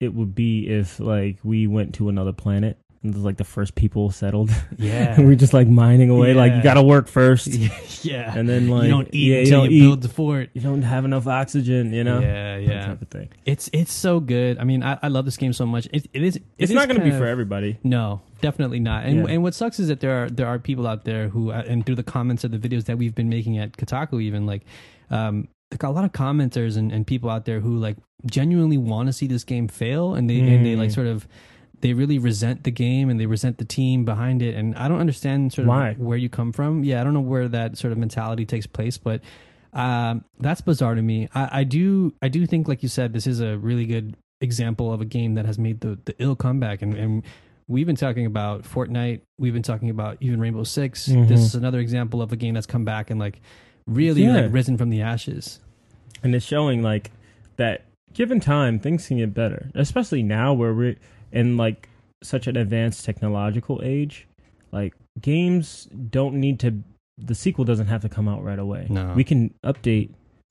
[SPEAKER 2] it would be if like we went to another planet and like the first people settled
[SPEAKER 1] yeah
[SPEAKER 2] and we're just like mining away. Like you
[SPEAKER 1] Yeah.
[SPEAKER 2] gotta work first,
[SPEAKER 1] yeah
[SPEAKER 2] and then like
[SPEAKER 1] you don't eat
[SPEAKER 2] yeah, you
[SPEAKER 1] until
[SPEAKER 2] don't
[SPEAKER 1] you,
[SPEAKER 2] eat.
[SPEAKER 1] build the fort.
[SPEAKER 2] You don't have enough oxygen, you know.
[SPEAKER 1] Yeah,
[SPEAKER 2] That
[SPEAKER 1] yeah.
[SPEAKER 2] type of thing.
[SPEAKER 1] It's it's so good. I mean, I, I love this game so much. It, it is. it
[SPEAKER 2] It's
[SPEAKER 1] is
[SPEAKER 2] not going to be
[SPEAKER 1] kind of-
[SPEAKER 2] for everybody.
[SPEAKER 1] No, definitely not. And
[SPEAKER 2] Yeah.
[SPEAKER 1] and what sucks is that there are there are people out there who uh, and through the comments of the videos that we've been making at Kotaku, even like, um, like a lot of commenters and, and people out there who like genuinely want to see this game fail, and they and they like
[SPEAKER 2] Mm.
[SPEAKER 1] sort of. They really resent the game and they resent the team behind it, and I don't understand sort of
[SPEAKER 2] Why?
[SPEAKER 1] where you come from. Yeah, I don't know where that sort of mentality takes place, but um, that's bizarre to me. I, I do I do think, like you said, this is a really good example of a game that has made the, the ill comeback. And, and we've been talking about Fortnite. We've been talking about even Rainbow 6
[SPEAKER 2] Mhm.
[SPEAKER 1] This is another example of a game that's come back and like really
[SPEAKER 2] Yeah.
[SPEAKER 1] like risen from the ashes.
[SPEAKER 2] and it's showing like that given time things can get better especially now where we're in like such an advanced technological age like games don't need to the sequel doesn't have to come out right away
[SPEAKER 1] No.
[SPEAKER 2] we can update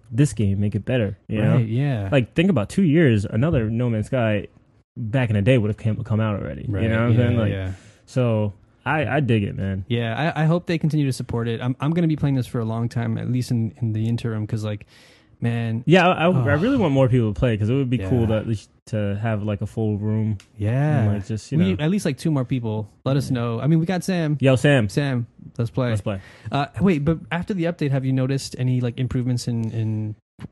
[SPEAKER 2] this game make it better you know
[SPEAKER 1] Right? Yeah.
[SPEAKER 2] like think about two years another no man's sky back in the day would have came, come out already
[SPEAKER 1] Right.
[SPEAKER 2] you know what i'm
[SPEAKER 1] yeah,
[SPEAKER 2] saying like
[SPEAKER 1] yeah.
[SPEAKER 2] so i i dig it man
[SPEAKER 1] Yeah, I, I hope they continue to support it. I'm I'm going to be playing this for a long time, at least in, in the interim, because like, man,
[SPEAKER 2] yeah i, I, I
[SPEAKER 1] Oh.
[SPEAKER 2] really want more people to play because it would be cool
[SPEAKER 1] Yeah.
[SPEAKER 2] to, to have like a full room and
[SPEAKER 1] yeah,
[SPEAKER 2] like just you know
[SPEAKER 1] we at least like two more people. Let us
[SPEAKER 2] Yeah.
[SPEAKER 1] know. I mean, we got Sam.
[SPEAKER 2] yo sam
[SPEAKER 1] Sam, let's play.
[SPEAKER 2] Let's play.
[SPEAKER 1] Uh, wait, but after the update, have you noticed any like improvements in in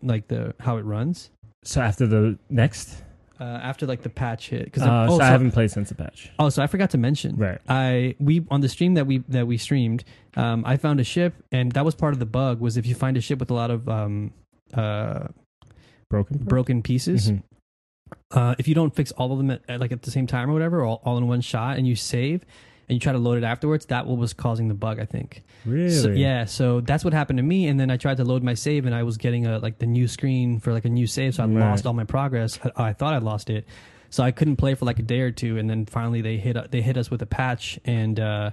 [SPEAKER 1] like the how it runs
[SPEAKER 2] So after the next,
[SPEAKER 1] uh, after like the patch hit? Because
[SPEAKER 2] uh,
[SPEAKER 1] oh,
[SPEAKER 2] so I
[SPEAKER 1] so-
[SPEAKER 2] haven't played since the patch.
[SPEAKER 1] oh, so I forgot to mention.
[SPEAKER 2] Right.
[SPEAKER 1] I we on the stream that we that we streamed, um, I found a ship, and that was part of the bug. Was if you find a ship with a lot of um, uh,
[SPEAKER 2] Broken.
[SPEAKER 1] broken pieces,
[SPEAKER 2] Mhm.
[SPEAKER 1] uh, if you don't fix all of them at, at, like at the same time or whatever, or all, all in one shot, and you save and you try to load it afterwards, that was causing the bug, I think.
[SPEAKER 2] Really?
[SPEAKER 1] So, yeah, so that's what happened to me, and then I tried to load my save, and I was getting a like the new screen for like a new save, so I
[SPEAKER 2] Right.
[SPEAKER 1] lost all my progress. I, I thought I lost it, so I couldn't play for like a day or two, and then finally they hit they hit us with a patch, and uh,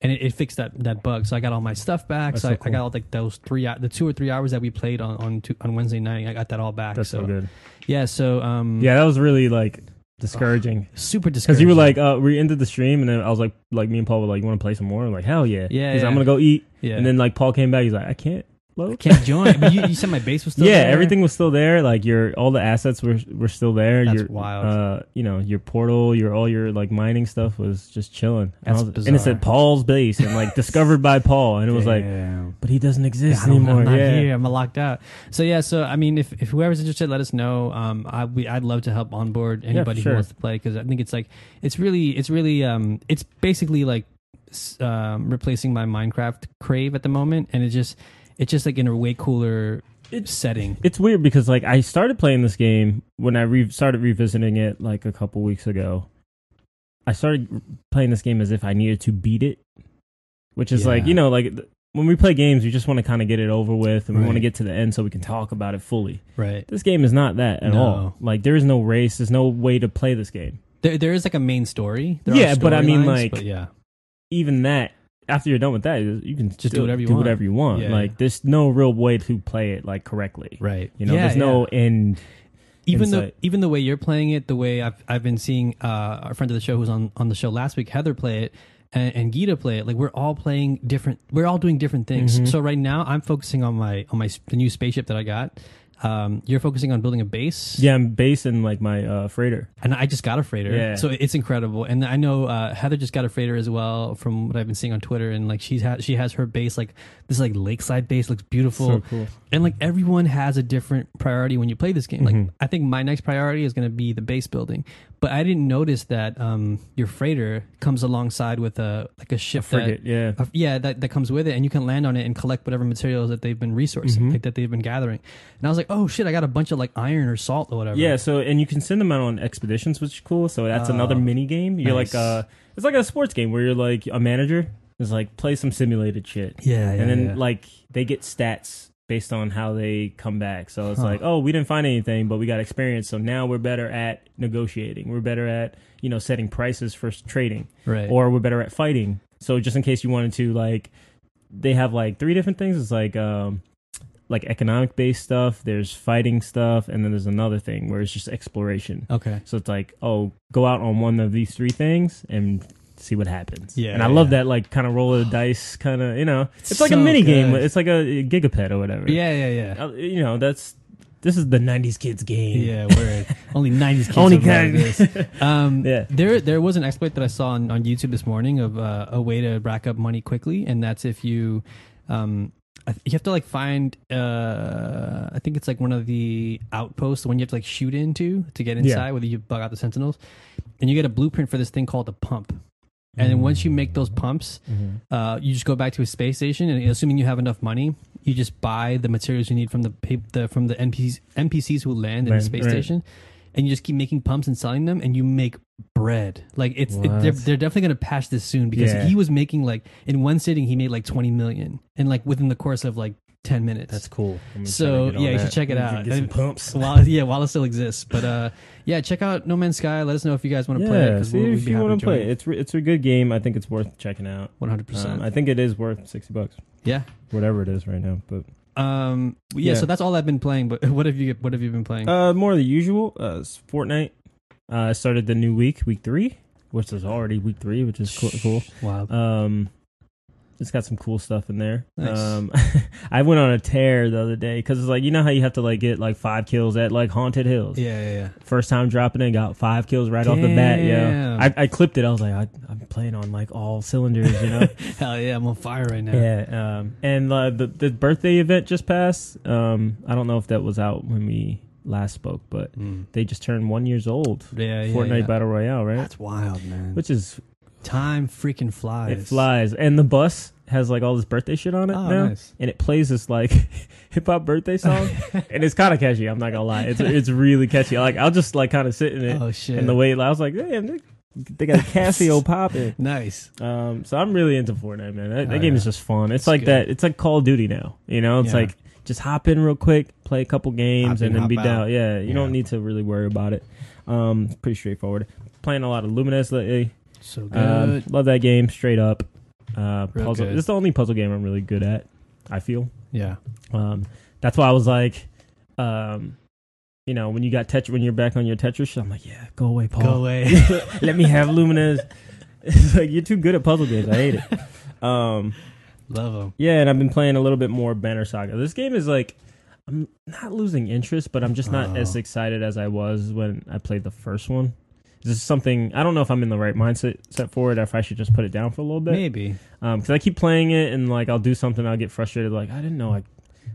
[SPEAKER 1] and it, it fixed that that bug. So I got all my stuff back.
[SPEAKER 2] That's
[SPEAKER 1] so
[SPEAKER 2] so
[SPEAKER 1] I,
[SPEAKER 2] cool.
[SPEAKER 1] I got all like those three hou- the two or three hours that we played on on, two, on Wednesday night. I got that all back.
[SPEAKER 2] That's so,
[SPEAKER 1] so
[SPEAKER 2] good.
[SPEAKER 1] yeah, so um
[SPEAKER 2] Yeah, that was really like discouraging
[SPEAKER 1] super
[SPEAKER 2] because
[SPEAKER 1] discouraging.
[SPEAKER 2] you were like, uh, we ended the stream, and then I was like, like me and Paul were like, you want to play some more? I'm like, hell yeah.
[SPEAKER 1] Yeah,
[SPEAKER 2] He's like,
[SPEAKER 1] yeah.
[SPEAKER 2] I'm gonna go eat,
[SPEAKER 1] yeah,
[SPEAKER 2] and then like Paul came back, he's like, I can't
[SPEAKER 1] I
[SPEAKER 2] load?
[SPEAKER 1] can't join. but you, you said my base was still
[SPEAKER 2] yeah,
[SPEAKER 1] there?
[SPEAKER 2] everything was still there. Like your all the assets were were still there.
[SPEAKER 1] That's
[SPEAKER 2] your,
[SPEAKER 1] wild.
[SPEAKER 2] Uh, you know your portal, your all your like mining stuff was just chilling. And, I
[SPEAKER 1] That's
[SPEAKER 2] was- and it
[SPEAKER 1] bizarre.
[SPEAKER 2] said Paul's base and like discovered by Paul, and it was like,
[SPEAKER 1] Damn.
[SPEAKER 2] but he doesn't
[SPEAKER 1] Yeah,
[SPEAKER 2] exist
[SPEAKER 1] I don't-
[SPEAKER 2] anymore.
[SPEAKER 1] I'm not
[SPEAKER 2] yeah,
[SPEAKER 1] here. I'm locked out. So yeah. So I mean, if, if whoever's interested, let us know. Um, I we, I'd love to help onboard anybody
[SPEAKER 2] sure.
[SPEAKER 1] who wants to play because I think it's like it's really it's really um it's basically like s- um replacing my Minecraft crave at the moment, and it just it's just like in a way cooler
[SPEAKER 2] It's-
[SPEAKER 1] setting.
[SPEAKER 2] it's weird because like I started playing this game when I re- started revisiting it like a couple weeks ago. I started playing this game as if I needed to beat it, which is like
[SPEAKER 1] Yeah.
[SPEAKER 2] you know like th- when we play games, we just want to kind of get it over with, and we want to
[SPEAKER 1] Right.
[SPEAKER 2] get to the end so we can talk about it fully.
[SPEAKER 1] Right.
[SPEAKER 2] This game is not that at
[SPEAKER 1] No.
[SPEAKER 2] all. Like there is no race. There's no way to play this game.
[SPEAKER 1] There there is like a main story. There are
[SPEAKER 2] Yeah, but I mean,
[SPEAKER 1] storylines,
[SPEAKER 2] like-
[SPEAKER 1] but yeah,
[SPEAKER 2] Even that, after you're done with that, you can
[SPEAKER 1] do
[SPEAKER 2] still
[SPEAKER 1] whatever you
[SPEAKER 2] do
[SPEAKER 1] want.
[SPEAKER 2] Whatever you want.
[SPEAKER 1] Yeah.
[SPEAKER 2] Like there's no real way to play it like correctly.
[SPEAKER 1] right.
[SPEAKER 2] You know,
[SPEAKER 1] Yeah,
[SPEAKER 2] there's
[SPEAKER 1] yeah.
[SPEAKER 2] no end.
[SPEAKER 1] even though
[SPEAKER 2] insight.
[SPEAKER 1] even the way you're playing it, the way I've I've been seeing uh, our friend of the show who's on on the show last week, Heather play it. And, and Gita play it like we're all playing different. We're all doing different things.
[SPEAKER 2] Mm-hmm.
[SPEAKER 1] So right now, I'm focusing on my on my s- the new spaceship that I got. Um, you're focusing on building a base,
[SPEAKER 2] Yeah, I'm basing like my uh, freighter.
[SPEAKER 1] and I just got a freighter,
[SPEAKER 2] Yeah.
[SPEAKER 1] so it's incredible. And I know uh, Heather just got a freighter as well from what I've been seeing on Twitter. And like she's ha- she has her base like this like lakeside base looks beautiful.
[SPEAKER 2] So cool.
[SPEAKER 1] And like everyone has a different priority when you play this game. Like
[SPEAKER 2] Mhm.
[SPEAKER 1] I think my next priority is going to be the base building, but I didn't notice that um, your freighter comes alongside with a like a ship
[SPEAKER 2] Frigate. Yeah.
[SPEAKER 1] that. a- yeah, that, that comes with it, and you can land on it and collect whatever materials that they've been resourcing,
[SPEAKER 2] Mhm.
[SPEAKER 1] like that they've been gathering. And I was like, oh shit, I got a bunch of like iron or salt or whatever.
[SPEAKER 2] Yeah, so and you can send them out on expeditions, which is cool. So that's another
[SPEAKER 1] Oh,
[SPEAKER 2] mini game. You're
[SPEAKER 1] nice.
[SPEAKER 2] like uh it's like a sports game where you're like a manager is like play some simulated shit.
[SPEAKER 1] yeah, yeah.
[SPEAKER 2] and then
[SPEAKER 1] yeah.
[SPEAKER 2] like they get stats based on how they come back. So it's
[SPEAKER 1] Huh.
[SPEAKER 2] like, oh, we didn't find anything, but we got experience. So now we're better at negotiating. We're better at you know setting prices for s- trading,
[SPEAKER 1] right,
[SPEAKER 2] or we're better at fighting. So just in case you wanted to like, they have like three different things. It's like um like economic based stuff. There's fighting stuff, and then there's another thing where it's just exploration.
[SPEAKER 1] okay,
[SPEAKER 2] So it's like, oh, go out on one of these three things and see what happens.
[SPEAKER 1] Yeah,
[SPEAKER 2] and I love
[SPEAKER 1] yeah.
[SPEAKER 2] that like kind of roll of the dice, kind of you know, it's, like a
[SPEAKER 1] so
[SPEAKER 2] mini game.
[SPEAKER 1] good.
[SPEAKER 2] It's like a gigapet or whatever.
[SPEAKER 1] yeah, yeah, yeah.
[SPEAKER 2] Uh, you know that's this is the '90s kids game.
[SPEAKER 1] Yeah, word. Only nineties kids
[SPEAKER 2] Only
[SPEAKER 1] would love
[SPEAKER 2] kind.
[SPEAKER 1] this. Um,
[SPEAKER 2] Yeah.
[SPEAKER 1] There, there was an exploit that I saw on, on YouTube this morning of uh, a way to rack up money quickly, and that's if you, um, I th- you have to like find. Uh, I think it's like one of the outposts, the one you have to like shoot into to get inside, whether you bug out the sentinels, and you get a blueprint for this thing called a pump. And
[SPEAKER 2] Mm.
[SPEAKER 1] then once you make those pumps,
[SPEAKER 2] Mhm.
[SPEAKER 1] uh, you just go back to a space station, and assuming you have enough money, you just buy the materials you need from the, pa- the from the NPCs, NPCs who land in
[SPEAKER 2] Right,
[SPEAKER 1] the space
[SPEAKER 2] right.
[SPEAKER 1] station, and you just keep making pumps and selling them, and you make bread. Like it's it, they're,
[SPEAKER 2] What?
[SPEAKER 1] they're definitely gonna patch this soon because
[SPEAKER 2] Yeah.
[SPEAKER 1] he was making like in one sitting he made like twenty million, and like within the course of like ten minutes.
[SPEAKER 2] That's cool. I'm gonna
[SPEAKER 1] So,
[SPEAKER 2] try to get on
[SPEAKER 1] yeah, you should
[SPEAKER 2] that.
[SPEAKER 1] check it
[SPEAKER 2] You can
[SPEAKER 1] out.
[SPEAKER 2] Get some pumps.
[SPEAKER 1] while yeah, while it still exists, but uh, yeah, check out No Man's Sky. Let us know if you guys want to play it
[SPEAKER 2] Yeah,
[SPEAKER 1] because
[SPEAKER 2] see
[SPEAKER 1] we'll, we'd
[SPEAKER 2] if
[SPEAKER 1] be
[SPEAKER 2] you
[SPEAKER 1] happy
[SPEAKER 2] want
[SPEAKER 1] to
[SPEAKER 2] to play. it. It's re- it's a good game. I think it's worth checking out.
[SPEAKER 1] One hundred
[SPEAKER 2] Um,
[SPEAKER 1] percent.
[SPEAKER 2] I think it is worth sixty bucks,
[SPEAKER 1] Yeah.
[SPEAKER 2] whatever it is right now. But
[SPEAKER 1] Um. Yeah,
[SPEAKER 2] Yeah.
[SPEAKER 1] So that's all I've been playing. But what have you? What have you been playing?
[SPEAKER 2] Uh, more of the usual. Uh, it's Fortnite. Uh, I started the new week, week three, which is already week three, which is cool. cool.
[SPEAKER 1] Wow.
[SPEAKER 2] Um, it's got some cool stuff in there.
[SPEAKER 1] Nice.
[SPEAKER 2] Um, I went on a tear the other day because it's like you know how you have to like get like five kills at like Haunted Hills.
[SPEAKER 1] Yeah, yeah, yeah.
[SPEAKER 2] First time dropping it, got five kills right off the bat. Yeah,
[SPEAKER 1] Damn.
[SPEAKER 2] I, I clipped it. I was like, I, I'm playing on like all cylinders, you know.
[SPEAKER 1] Hell yeah, I'm on fire right now.
[SPEAKER 2] Yeah, um, and uh, the the birthday event just passed. Um, I don't know if that was out when we last spoke, but
[SPEAKER 1] Mm.
[SPEAKER 2] they just turned one years old.
[SPEAKER 1] Yeah, yeah,
[SPEAKER 2] Fortnite
[SPEAKER 1] yeah.
[SPEAKER 2] Battle Royale, right?
[SPEAKER 1] That's wild, man.
[SPEAKER 2] Which is
[SPEAKER 1] Time freaking flies.
[SPEAKER 2] it flies, and the bus has like all this birthday shit on it
[SPEAKER 1] Oh,
[SPEAKER 2] now,
[SPEAKER 1] nice.
[SPEAKER 2] and it plays this like hip hop birthday song, and it's kind of catchy. I'm not gonna lie, it's it's really catchy. Like I'll just like kind of sit in it,
[SPEAKER 1] Oh shit.
[SPEAKER 2] and the way I was like, damn, they, they got Casio popping.
[SPEAKER 1] nice.
[SPEAKER 2] Um, so I'm really into Fortnite, man. That, that
[SPEAKER 1] Oh,
[SPEAKER 2] game is
[SPEAKER 1] yeah.
[SPEAKER 2] just fun. It's,
[SPEAKER 1] It's
[SPEAKER 2] like
[SPEAKER 1] good.
[SPEAKER 2] that. It's like Call of Duty now. You know, it's
[SPEAKER 1] Yeah.
[SPEAKER 2] like just hop in real quick, play a couple
[SPEAKER 1] Hop
[SPEAKER 2] games,
[SPEAKER 1] in,
[SPEAKER 2] and then
[SPEAKER 1] hop
[SPEAKER 2] be
[SPEAKER 1] out.
[SPEAKER 2] down. Yeah, you don't
[SPEAKER 1] Yeah.
[SPEAKER 2] need to really worry about it. Um, it's pretty straightforward. Playing a lot of Lumines lately.
[SPEAKER 1] So good.
[SPEAKER 2] Um, love that game straight up. Uh,
[SPEAKER 1] Real
[SPEAKER 2] puzzle.
[SPEAKER 1] good.
[SPEAKER 2] It's the only puzzle game I'm really good at. I feel.
[SPEAKER 1] yeah.
[SPEAKER 2] Um, that's why I was like, um, you know, when you got Tetris, when you're back on your Tetris, shit, I'm like, yeah, go away, Paul.
[SPEAKER 1] Go away.
[SPEAKER 2] Let me have Lumina's. It's like you're too good at puzzle games. I hate it. Um,
[SPEAKER 1] Love them.
[SPEAKER 2] Yeah, and I've been playing a little bit more Banner Saga. This game is like I'm not losing interest, but I'm just not
[SPEAKER 1] Oh.
[SPEAKER 2] as excited as I was when I played the first one. This is something I don't know if I'm in the right mindset set for it, or if I should just put it down for a little bit.
[SPEAKER 1] Maybe.
[SPEAKER 2] Because I keep playing it, and like I'll do something, I'll get frustrated. Like I didn't know I,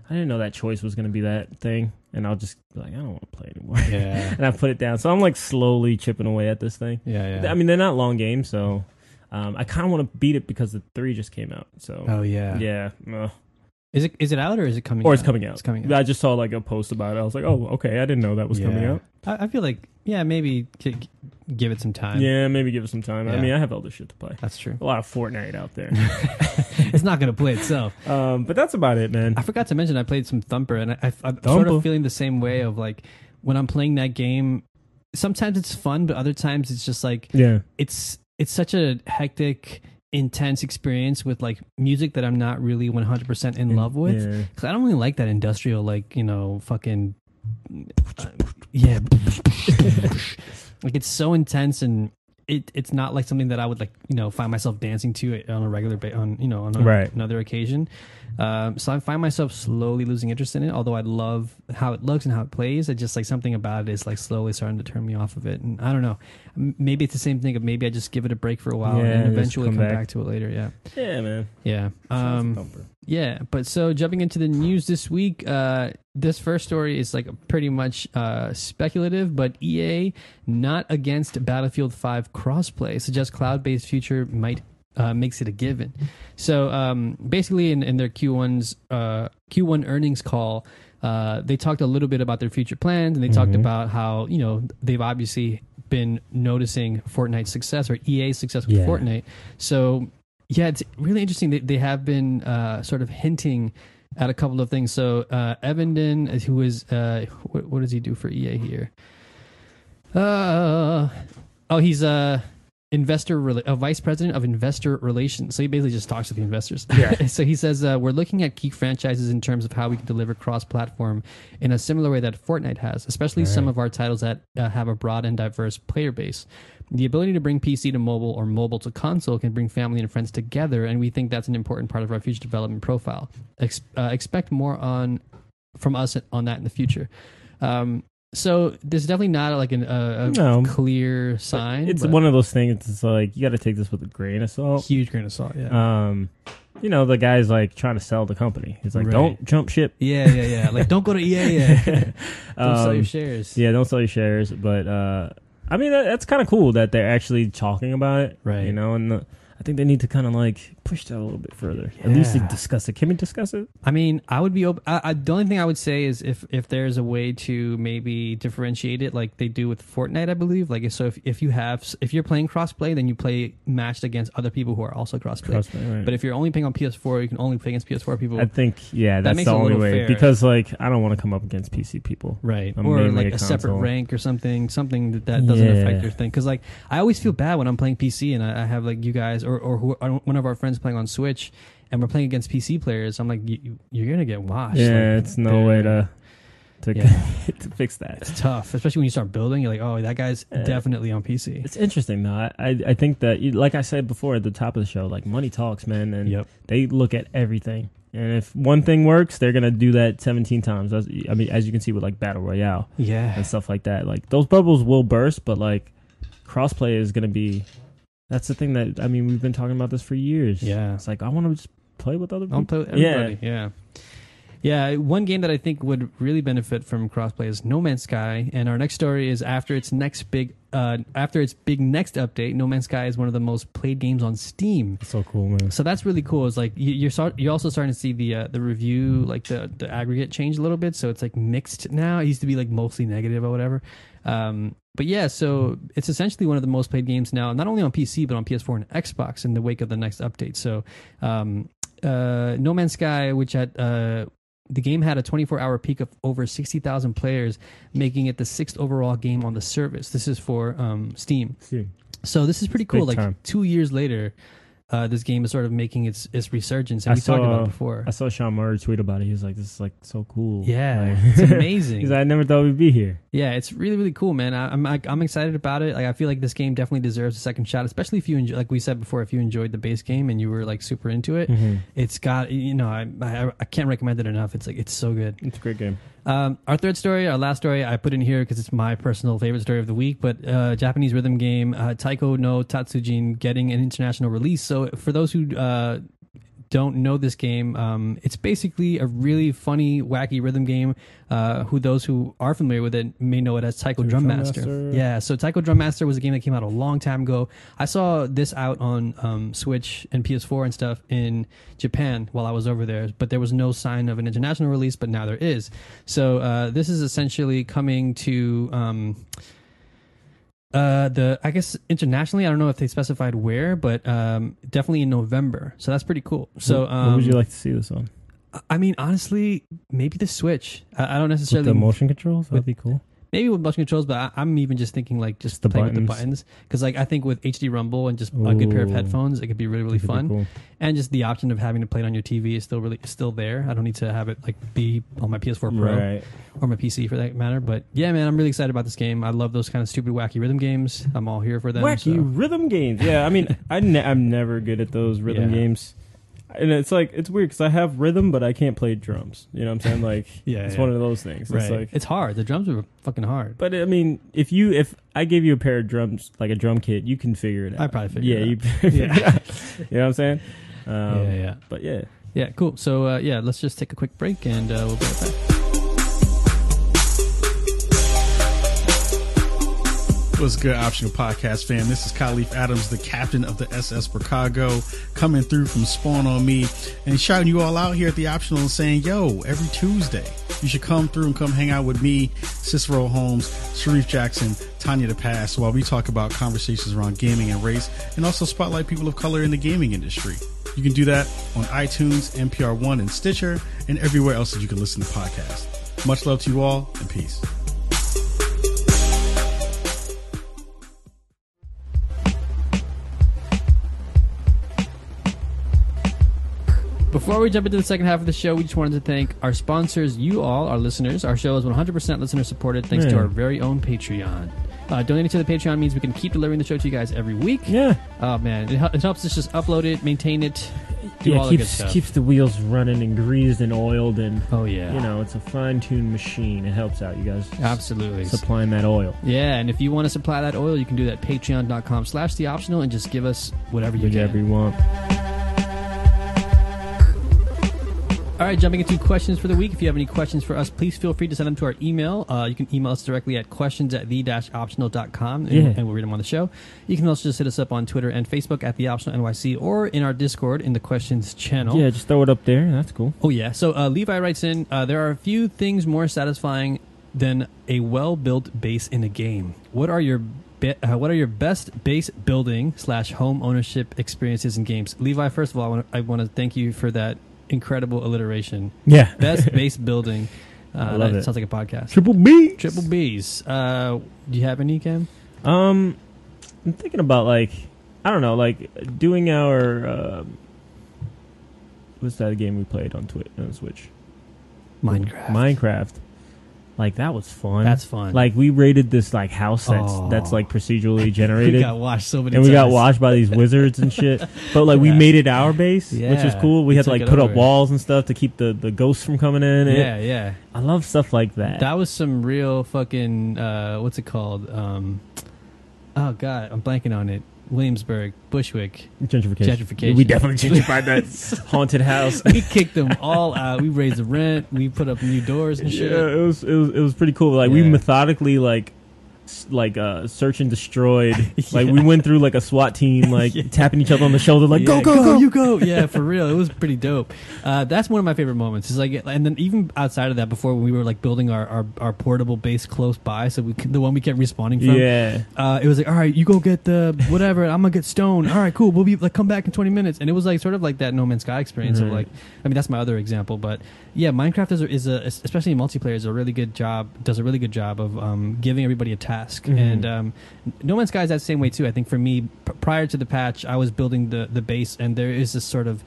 [SPEAKER 2] I didn't know that choice was gonna be that thing, and I'll just be like I don't want to play anymore,
[SPEAKER 1] Yeah.
[SPEAKER 2] and I put it down. So I'm like slowly chipping away at this thing.
[SPEAKER 1] Yeah. Yeah.
[SPEAKER 2] I mean, they're not long games, so um, I kind of want to beat it because the three just came out. So
[SPEAKER 1] oh yeah.
[SPEAKER 2] yeah, uh, ugh.
[SPEAKER 1] Is it is it out or is it coming?
[SPEAKER 2] or it's coming out.
[SPEAKER 1] It's coming out.
[SPEAKER 2] I just saw like a post about it. I was like, oh, okay, I didn't know that was coming
[SPEAKER 1] Yeah.
[SPEAKER 2] out.
[SPEAKER 1] I, I feel like yeah maybe g- g- give it some time.
[SPEAKER 2] yeah, maybe give it some time. I
[SPEAKER 1] Yeah.
[SPEAKER 2] mean, I have other shit to play.
[SPEAKER 1] That's true.
[SPEAKER 2] A lot of Fortnite out there,
[SPEAKER 1] It's not gonna play itself.
[SPEAKER 2] um, but that's about it, man.
[SPEAKER 1] I forgot to mention I played some Thumper, and I, I, I'm sort
[SPEAKER 2] Thumper.
[SPEAKER 1] of feeling the same way of like when I'm playing that game. Sometimes it's fun, but other times it's just like
[SPEAKER 2] Yeah,
[SPEAKER 1] it's it's such a hectic, intense experience with like music that I'm not really 100 percent in love with.
[SPEAKER 2] Yeah.
[SPEAKER 1] Because I don't really like that industrial, like you know, fucking uh, yeah. like it's so intense and. It, it's not like something that I would like, you know, find myself dancing to it on a regular, ba- on you know, on a,
[SPEAKER 2] Right.
[SPEAKER 1] another occasion. Um, so I find myself slowly losing interest in it. Although I love how it looks and how it plays, I just like something about it is like slowly starting to turn me off of it. And I don't know, M- maybe it's the same thing. Of maybe I just give it a break for a while
[SPEAKER 2] Yeah,
[SPEAKER 1] and
[SPEAKER 2] just
[SPEAKER 1] eventually
[SPEAKER 2] come
[SPEAKER 1] come, back.
[SPEAKER 2] back.
[SPEAKER 1] to it later. Yeah,
[SPEAKER 2] Yeah, man.
[SPEAKER 1] yeah.
[SPEAKER 2] Sounds
[SPEAKER 1] Um,
[SPEAKER 2] thumper.
[SPEAKER 1] yeah, but so jumping into the news this week, uh, this first story is like pretty much uh, speculative, but EA not against Battlefield 5 crossplay suggests cloud-based future might uh, makes it a given. So um, basically, in, in their Q1's uh, Q1 earnings call, uh, they talked a little bit about their future plans, and they talked
[SPEAKER 2] Mhm.
[SPEAKER 1] about how you know they've obviously been noticing Fortnite's success or EA's success with
[SPEAKER 2] Yeah.
[SPEAKER 1] Fortnite. So yeah, it's really interesting. They, they have been uh, sort of hinting at a couple of things. So uh, Evenden, is- who is uh, what, what does he do for EA here? Uh, oh, he's a investor, rela- a vice president of investor relations. So he basically just talks to the investors.
[SPEAKER 2] Yeah.
[SPEAKER 1] so he says uh, we're looking at key franchises in terms of how we can deliver cross-platform in a similar way that Fortnite has, especially
[SPEAKER 2] Right.
[SPEAKER 1] some of our titles that uh, have a broad and diverse player base. The ability to bring PC to mobile or mobile to console can bring family and friends together, and we think that's an important part of our future development profile. Ex- uh, expect more on from us on that in the future. Um, so there's definitely not like an, a, a
[SPEAKER 2] No.
[SPEAKER 1] clear sign.
[SPEAKER 2] It's
[SPEAKER 1] but
[SPEAKER 2] one of those things. It's like you got to take this with a grain of salt.
[SPEAKER 1] huge grain of salt. Yeah.
[SPEAKER 2] Um, you know, the guy's like trying to sell the company. He's like,
[SPEAKER 1] Right.
[SPEAKER 2] don't jump ship.
[SPEAKER 1] yeah, yeah, yeah. Like, don't go to EA yet. Don't sell
[SPEAKER 2] Um,
[SPEAKER 1] your shares.
[SPEAKER 2] Yeah, don't sell your shares. But uh, I mean, that, that's kind of cool that they're actually talking about it,
[SPEAKER 1] Right.
[SPEAKER 2] You know, and the, I think they need to kind of like push that a little bit further. At least they
[SPEAKER 1] Yeah.
[SPEAKER 2] discuss it. Can we discuss it?
[SPEAKER 1] I mean, I would be open. I, I, the only thing I would say is if if there's a way to maybe differentiate it, like they do with Fortnite, I believe. Like, if- so if if you have if you're playing crossplay, then you play matched against other people who are also crossplay. But if you're only playing on PS4, you can only play against PS4 people.
[SPEAKER 2] I think yeah, that's
[SPEAKER 1] makes
[SPEAKER 2] the
[SPEAKER 1] it a
[SPEAKER 2] only
[SPEAKER 1] little
[SPEAKER 2] way
[SPEAKER 1] fair.
[SPEAKER 2] because like I don't want to come up against PC people.
[SPEAKER 1] Right,
[SPEAKER 2] I'm
[SPEAKER 1] or
[SPEAKER 2] mainly
[SPEAKER 1] like
[SPEAKER 2] a
[SPEAKER 1] a, separate
[SPEAKER 2] console.
[SPEAKER 1] rank or something, something that, that doesn't
[SPEAKER 2] Yeah.
[SPEAKER 1] affect your thing. Because like I always feel bad when I'm playing PC and I, I have like you guys or or who, or one of our friends playing on Switch and we're playing against PC players. I'm like, "You- you, you're gonna get washed.
[SPEAKER 2] yeah,
[SPEAKER 1] Like,
[SPEAKER 2] it's no way
[SPEAKER 1] they're-
[SPEAKER 2] to to,
[SPEAKER 1] Yeah.
[SPEAKER 2] to fix that.
[SPEAKER 1] It's tough, especially when you start building. You're like, oh, that guy's
[SPEAKER 2] Uh,
[SPEAKER 1] definitely on PC.
[SPEAKER 2] It's interesting though. I- I I think that you- like I said before at the top of the show, like money talks, man, and
[SPEAKER 1] Yep.
[SPEAKER 2] they look at everything. And if one thing works, they're gonna do that 17 times. As, I mean, as you can see with like battle royale
[SPEAKER 1] Yeah.
[SPEAKER 2] and stuff like that, like those bubbles will burst, but like crossplay is gonna be. That's the thing that I mean. We've been talking about this for years.
[SPEAKER 1] Yeah.
[SPEAKER 2] it's like I want to just play with other
[SPEAKER 1] I'll
[SPEAKER 2] people.
[SPEAKER 1] play with everybody. Yeah. yeah. One game that I think would really benefit from crossplay is No Man's Sky, and our next story is after its next big, uh, after its big next update, No Man's Sky is one of the most played games on Steam.
[SPEAKER 2] so cool, man.
[SPEAKER 1] So that's really cool. It's like you, you're start, you're also starting to see the uh, the review like the the aggregate change a little bit. So it's like mixed now. It used to be like mostly negative or whatever. Um, but yeah, so it's essentially one of the most played games now, not only on PC but on PS4 and Xbox in the wake of the next update. So um, uh, No Man's Sky, which had uh, the game had a 24 hour peak of over 60,000 players, making it the sixth overall game on the service. This is for um, Steam. So this is pretty
[SPEAKER 2] big
[SPEAKER 1] cool. Like
[SPEAKER 2] time.
[SPEAKER 1] two years later, uh, this game is sort of making its its resurgence, and
[SPEAKER 2] I
[SPEAKER 1] we talked about
[SPEAKER 2] saw-
[SPEAKER 1] it before.
[SPEAKER 2] I saw Sean Murray tweet about it. He was like, "This is like so cool."
[SPEAKER 1] yeah,
[SPEAKER 2] Like-
[SPEAKER 1] it's amazing.
[SPEAKER 2] He's like, I never thought we'd be here.
[SPEAKER 1] Yeah, it's really really cool, man. I, I'm I, I'm excited about it. Like I feel like this game definitely deserves a second shot, especially if you enjoy, like we said before, if you enjoyed the base game and you were like super into it.
[SPEAKER 2] Mhm.
[SPEAKER 1] It's got you know I, I I can't recommend it enough. It's like it's so good.
[SPEAKER 2] It's a great game.
[SPEAKER 1] Um, our third story, our last story, I put in here because it's my personal favorite story of the week. But uh, Japanese rhythm game uh, Taiko no Tatsujin getting an international release. So for those who uh, don't know this game, um, it's basically a really funny, wacky rhythm game. Uh, who those who are familiar with it may know it as Taiko Drum,
[SPEAKER 2] Drum
[SPEAKER 1] Master.
[SPEAKER 2] Master.
[SPEAKER 1] Yeah, so Taiko Drum Master was a game that came out a long time ago. I saw this out on um, Switch and PS4 and stuff in Japan while I was over there, but there was no sign of an international release. But now there is. So uh, this is essentially coming to. Um, uh, the I guess internationally, I don't know if they specified where, but um, definitely in November. So that's pretty cool. So
[SPEAKER 2] What-
[SPEAKER 1] um,
[SPEAKER 2] what would you like to see this on?
[SPEAKER 1] I mean, honestly, maybe the Switch. I, I don't
[SPEAKER 2] With
[SPEAKER 1] necessarily
[SPEAKER 2] the motion controls, that'd be cool.
[SPEAKER 1] maybe with motion controls, but I, I'm even just thinking like just
[SPEAKER 2] Just the
[SPEAKER 1] playing with the
[SPEAKER 2] buttons.
[SPEAKER 1] buttons because like I think with HD Rumble and just a good pair of
[SPEAKER 2] Ooh.
[SPEAKER 1] headphones, it could be really really
[SPEAKER 2] That'd
[SPEAKER 1] fun.
[SPEAKER 2] be cool.
[SPEAKER 1] And just the option of having to play it on your TV is still really still there. I don't need to have it like be on my PS4 Pro
[SPEAKER 2] Right.
[SPEAKER 1] or my PC for that matter. But yeah, man, I'm really excited about this game. I love those kind of stupid wacky rhythm games. I'm all here for them.
[SPEAKER 2] Wacky
[SPEAKER 1] so-
[SPEAKER 2] rhythm games. Yeah, I mean, I ne- I'm never good at those rhythm
[SPEAKER 1] Yeah.
[SPEAKER 2] games, and it's like it's weird because I have rhythm, but I can't play drums. You know what I'm saying? Like,
[SPEAKER 1] Yeah,
[SPEAKER 2] it's
[SPEAKER 1] yeah.
[SPEAKER 2] one of those things.
[SPEAKER 1] Right.
[SPEAKER 2] It's like,
[SPEAKER 1] hard. The drums are fucking hard.
[SPEAKER 2] but I mean, if you if I give you a pair of drums, like a drum kit, you can figure it out.
[SPEAKER 1] I probably figure
[SPEAKER 2] yeah,
[SPEAKER 1] it
[SPEAKER 2] You,
[SPEAKER 1] Yeah.
[SPEAKER 2] you know what I'm saying? Um,
[SPEAKER 1] yeah, yeah,
[SPEAKER 2] But yeah,
[SPEAKER 1] yeah. Cool. So uh, yeah, let's just take a quick break and uh, we'll be right back.
[SPEAKER 3] What's good, Optional Podcast fam? This is Khalif Adams, the captain of the SS Chicago, coming through from Spawn on Me and shouting you all out here at the Optional and saying, yo, every Tuesday, you should come through and come hang out with me, Cicero Holmes, Sharif Jackson, Tanya the Pass, while we talk about conversations around gaming and race and also spotlight people of color in the gaming industry. You can do that on iTunes, NPR One, and Stitcher, and everywhere else that you can listen to podcasts. Much love to you all and peace.
[SPEAKER 1] Before we jump into the second half of the show, we just wanted to thank our sponsors, you all, our listeners. Our show is 100% listener supported thanks to
[SPEAKER 2] Yeah.
[SPEAKER 1] our very own Patreon. Uh, donating to the Patreon means we can keep delivering the show to you guys every week.
[SPEAKER 2] yeah,
[SPEAKER 1] Oh, man. It, hel- it helps us just upload it, maintain it, do all the good
[SPEAKER 2] keeps
[SPEAKER 1] stuff.
[SPEAKER 2] keeps the wheels running and greased and oiled, and
[SPEAKER 1] oh, yeah.
[SPEAKER 2] you know, it's a fine tuned machine. It helps out, you guys.
[SPEAKER 1] Absolutely.
[SPEAKER 2] Supplying that oil.
[SPEAKER 1] yeah, and if you want to supply that oil, you can do that patreon.com slash the optional and just give us whatever you
[SPEAKER 2] Whichever
[SPEAKER 1] can.
[SPEAKER 2] you want.
[SPEAKER 1] All right, jumping into questions for the week. If you have any questions for us, please feel free to send them to our email. Uh, you can email us directly at questions at the-optional.com, and,
[SPEAKER 2] Yeah.
[SPEAKER 1] and we'll read them on the show. You can also just hit us up on Twitter and Facebook at The Optional NYC or in our Discord in the questions channel.
[SPEAKER 2] Yeah, just throw it up there. That's cool.
[SPEAKER 1] Oh, yeah. So uh, Levi writes in, uh, there are a few things more satisfying than a well-built base in a game. What are your... Be- uh, what are your best base building slash home ownership experiences in games? Levi, first of all, I wanna- I want to thank you for that incredible alliteration
[SPEAKER 2] Yeah.
[SPEAKER 1] best base building. Uh,
[SPEAKER 2] I love
[SPEAKER 1] that
[SPEAKER 2] it.
[SPEAKER 1] Sounds like a podcast.
[SPEAKER 2] Triple B.
[SPEAKER 1] Triple B's. Uh, do you have any, Cam?
[SPEAKER 2] Um, I'm thinking about like, I don't know, like doing our. Uh, what's that game we played on Twitch on Switch? Minecraft. Like that was fun.
[SPEAKER 1] That's fun.
[SPEAKER 2] Like we raided this like house that's
[SPEAKER 1] Oh.
[SPEAKER 2] that's like procedurally
[SPEAKER 1] we
[SPEAKER 2] generated.
[SPEAKER 1] got watched so many
[SPEAKER 2] and we got
[SPEAKER 1] times.
[SPEAKER 2] watched by these wizards and shit. But like we
[SPEAKER 1] Yeah.
[SPEAKER 2] made it our base, which was
[SPEAKER 1] Yeah.
[SPEAKER 2] cool. We
[SPEAKER 1] We
[SPEAKER 2] had
[SPEAKER 1] took
[SPEAKER 2] to like
[SPEAKER 1] it
[SPEAKER 2] put up
[SPEAKER 1] over.
[SPEAKER 2] walls and stuff to keep the, the ghosts from coming in. It-
[SPEAKER 1] Yeah, yeah.
[SPEAKER 2] I love stuff like that.
[SPEAKER 1] That was some real fucking. Uh, what's it called? Um, oh God, I'm blanking on it. Williamsburg, Bushwick.
[SPEAKER 2] gentrification.
[SPEAKER 1] Gentrification.
[SPEAKER 2] We definitely gentrified that haunted house.
[SPEAKER 1] We kicked them all out. We raised the rent. We put up new doors and shit.
[SPEAKER 2] Yeah, it was it was it was pretty cool. Like we
[SPEAKER 1] Yeah.
[SPEAKER 2] methodically like s- like uh search and destroyed. Like we went through like a SWAT team, like tapping each other on the shoulder, like
[SPEAKER 1] Yeah,
[SPEAKER 2] go go go.
[SPEAKER 1] you go yeah for real it was pretty dope uh, that's one of my favorite moments is like and then even outside of that before when we were like building our, our, our portable base close by so we c- the one we kept responding from
[SPEAKER 2] Yeah,
[SPEAKER 1] uh, it was like all right you go get the whatever i'm gonna get stone all right cool we'll be like come back in 20 minutes and it was like sort of like that no man's sky experience of like
[SPEAKER 2] Right.
[SPEAKER 1] i mean that's my other example but yeah minecraft is a, is a especially in multiplayer is a really good job does a really good job of um, giving everybody a task
[SPEAKER 2] Mhm.
[SPEAKER 1] and um, no man's sky is that same way too i think for me p- prior to the patch i was building the the base and there is this sort of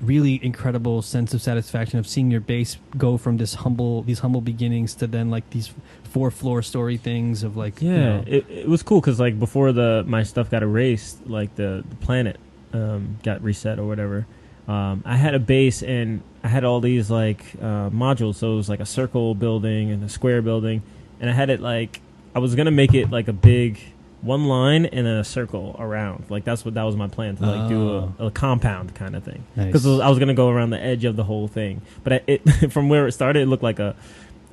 [SPEAKER 1] really incredible sense of satisfaction of seeing your base go from this humble these humble beginnings to then like these four floor story things of like you
[SPEAKER 2] Yeah,
[SPEAKER 1] know,
[SPEAKER 2] it, it was cool because like before the my stuff got erased, like the, the planet um, got reset or whatever. Um, I had a base and I had all these like uh, modules, so it was like a circle building and a square building, and I had it like I was gonna make it like a big one line and then a circle around. Like that's what that was my plan to like do
[SPEAKER 1] Oh.
[SPEAKER 2] a, a compound kind of thing
[SPEAKER 1] nice.
[SPEAKER 2] because I was gonna go around the edge of the whole thing. But I, it from where it started, it looked like a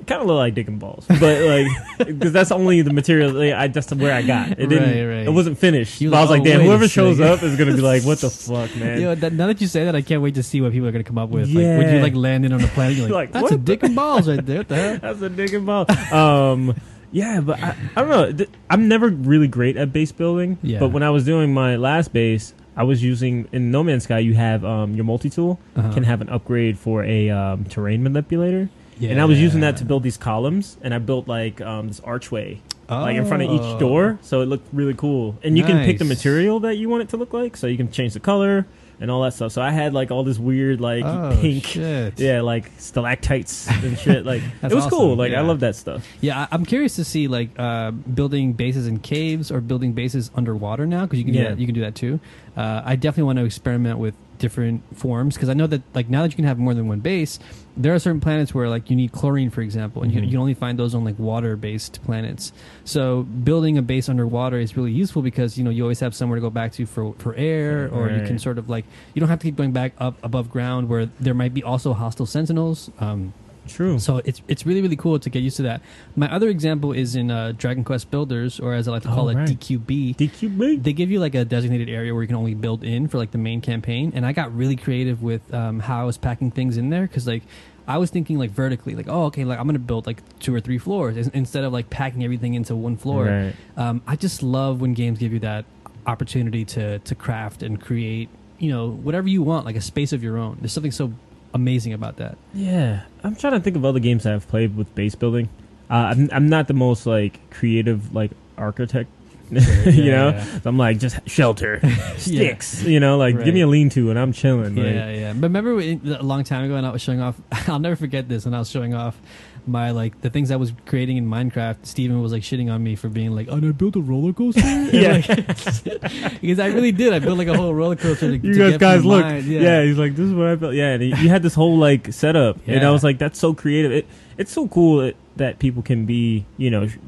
[SPEAKER 2] kind of looked like dick and balls, but like because that's only the material that I just where I got. It didn't.
[SPEAKER 1] Right, right.
[SPEAKER 2] It wasn't finished.
[SPEAKER 1] You
[SPEAKER 2] But I was
[SPEAKER 1] like,
[SPEAKER 2] like,
[SPEAKER 1] "Oh,
[SPEAKER 2] damn,
[SPEAKER 1] wait a
[SPEAKER 2] whoever shows
[SPEAKER 1] second."
[SPEAKER 2] up is gonna be like, what the fuck, man.
[SPEAKER 1] You know, that, now that you say that, I can't wait to see what people are going to come up with. Like, when
[SPEAKER 2] Yeah.
[SPEAKER 1] you like land in on a planet, you're like,
[SPEAKER 2] Like,
[SPEAKER 1] that's
[SPEAKER 2] what
[SPEAKER 1] a dick and balls right there. What the hell?
[SPEAKER 2] That's a dick and ball. Um, yeah, but I, I don't know. Th- I'm never really great at base building.
[SPEAKER 1] Yeah.
[SPEAKER 2] But when I was doing my last base, I was using in No Man's Sky. You have um, your multi tool
[SPEAKER 1] Uh-huh.
[SPEAKER 2] can have an upgrade for a um, terrain manipulator, and I was using that to build these columns, and I built like um, this archway like in front of each door, so it looked really cool. And you can pick the
[SPEAKER 1] Oh. Nice.
[SPEAKER 2] material that you want it to look like, so you can change the color and all that stuff. So I had like all this weird like
[SPEAKER 1] Oh,
[SPEAKER 2] pink.
[SPEAKER 1] shit.
[SPEAKER 2] Yeah, like stalactites and shit. Like it
[SPEAKER 1] That's
[SPEAKER 2] was cool.
[SPEAKER 1] awesome.
[SPEAKER 2] Like
[SPEAKER 1] Yeah.
[SPEAKER 2] I love that stuff.
[SPEAKER 1] Yeah, I- I'm curious to see like uh, building bases in caves or building bases underwater now because you can do
[SPEAKER 2] Yeah.
[SPEAKER 1] that, you can do that too. Uh, I definitely want to experiment with different forms because I know that like now that you can have more than one base, there are certain planets where like you need chlorine, for example, and you,
[SPEAKER 2] Mhm.
[SPEAKER 1] you can only find those on like water-based planets. So building a base underwater is really useful because you know you always have somewhere to go back to for for air, or you can
[SPEAKER 2] Right.
[SPEAKER 1] sort of like you don't have to keep going back up above ground where there might be also hostile sentinels. Um,
[SPEAKER 2] True.
[SPEAKER 1] so it's it's really really cool to get used to that. My other example is in uh, Dragon Quest Builders, or as I like to call
[SPEAKER 2] Oh,
[SPEAKER 1] it,
[SPEAKER 2] right.
[SPEAKER 1] DQB.
[SPEAKER 2] DQB.
[SPEAKER 1] They give you like a designated area where you can only build in for like the main campaign, and I got really creative with um, how I was packing things in there because like I was thinking like vertically, like oh okay, like I'm gonna build like two or three floors in- instead of like packing everything into one floor.
[SPEAKER 2] Right.
[SPEAKER 1] Um, I just love when games give you that opportunity to to craft and create, you know, whatever you want, like a space of your own. There's something so amazing about that.
[SPEAKER 2] Yeah, I'm trying to think of other games that I've played with base building. Uh, I'm I'm not the most like creative like architect. you
[SPEAKER 1] yeah,
[SPEAKER 2] know,
[SPEAKER 1] yeah.
[SPEAKER 2] so I'm like just shelter sticks. You know, like
[SPEAKER 1] Right.
[SPEAKER 2] give me a lean-to and I'm chilling. Like,
[SPEAKER 1] Yeah, yeah. But remember when- a long time ago, and I was showing off. I'll never forget this. And I was showing off my like the things I was creating in Minecraft. Steven was like shitting on me for being like, "And I built a roller coaster." And,
[SPEAKER 2] Yeah.
[SPEAKER 1] like, because I really did. I built like a whole roller coaster. To,
[SPEAKER 2] You
[SPEAKER 1] to
[SPEAKER 2] guys,
[SPEAKER 1] get
[SPEAKER 2] guys,
[SPEAKER 1] from
[SPEAKER 2] look.
[SPEAKER 1] mine.
[SPEAKER 2] Yeah. he's like, this is what I built. Yeah, and he- you had this whole like setup, and
[SPEAKER 1] Yeah.
[SPEAKER 2] I was like, that's so creative. It, it's so cool that, that people can be, you know, sh-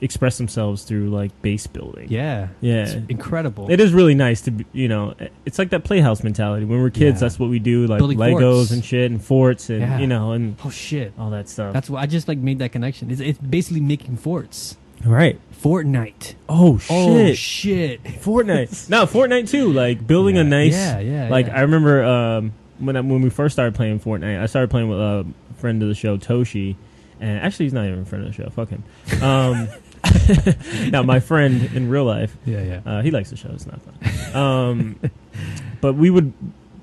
[SPEAKER 2] express themselves through like base building.
[SPEAKER 1] yeah,
[SPEAKER 2] yeah.
[SPEAKER 1] It's incredible.
[SPEAKER 2] It is really nice to, be, you know, it's like that playhouse mentality. When we're kids,
[SPEAKER 1] Yeah.
[SPEAKER 2] that's what we do, like
[SPEAKER 1] Building
[SPEAKER 2] Legos
[SPEAKER 1] forts.
[SPEAKER 2] and shit, and forts, and
[SPEAKER 1] Yeah.
[SPEAKER 2] you know, and
[SPEAKER 1] oh shit!
[SPEAKER 2] all that stuff.
[SPEAKER 1] That's why I just like made that connection. It's, it's basically making forts.
[SPEAKER 2] right.
[SPEAKER 1] Fortnite.
[SPEAKER 2] Oh shit!
[SPEAKER 1] Oh shit!
[SPEAKER 2] Fortnite. no, Fortnite too. Like building
[SPEAKER 1] yeah.
[SPEAKER 2] a nice.
[SPEAKER 1] Yeah, yeah.
[SPEAKER 2] Like
[SPEAKER 1] yeah.
[SPEAKER 2] I remember um, when I, when we first started playing Fortnite, I started playing with a friend of the show, Toshi, and actually he's not even a friend of the show. Fuck him. Um, now my friend in real life,
[SPEAKER 1] yeah, yeah.
[SPEAKER 2] uh, he likes the show. It's not fun. Um, but we would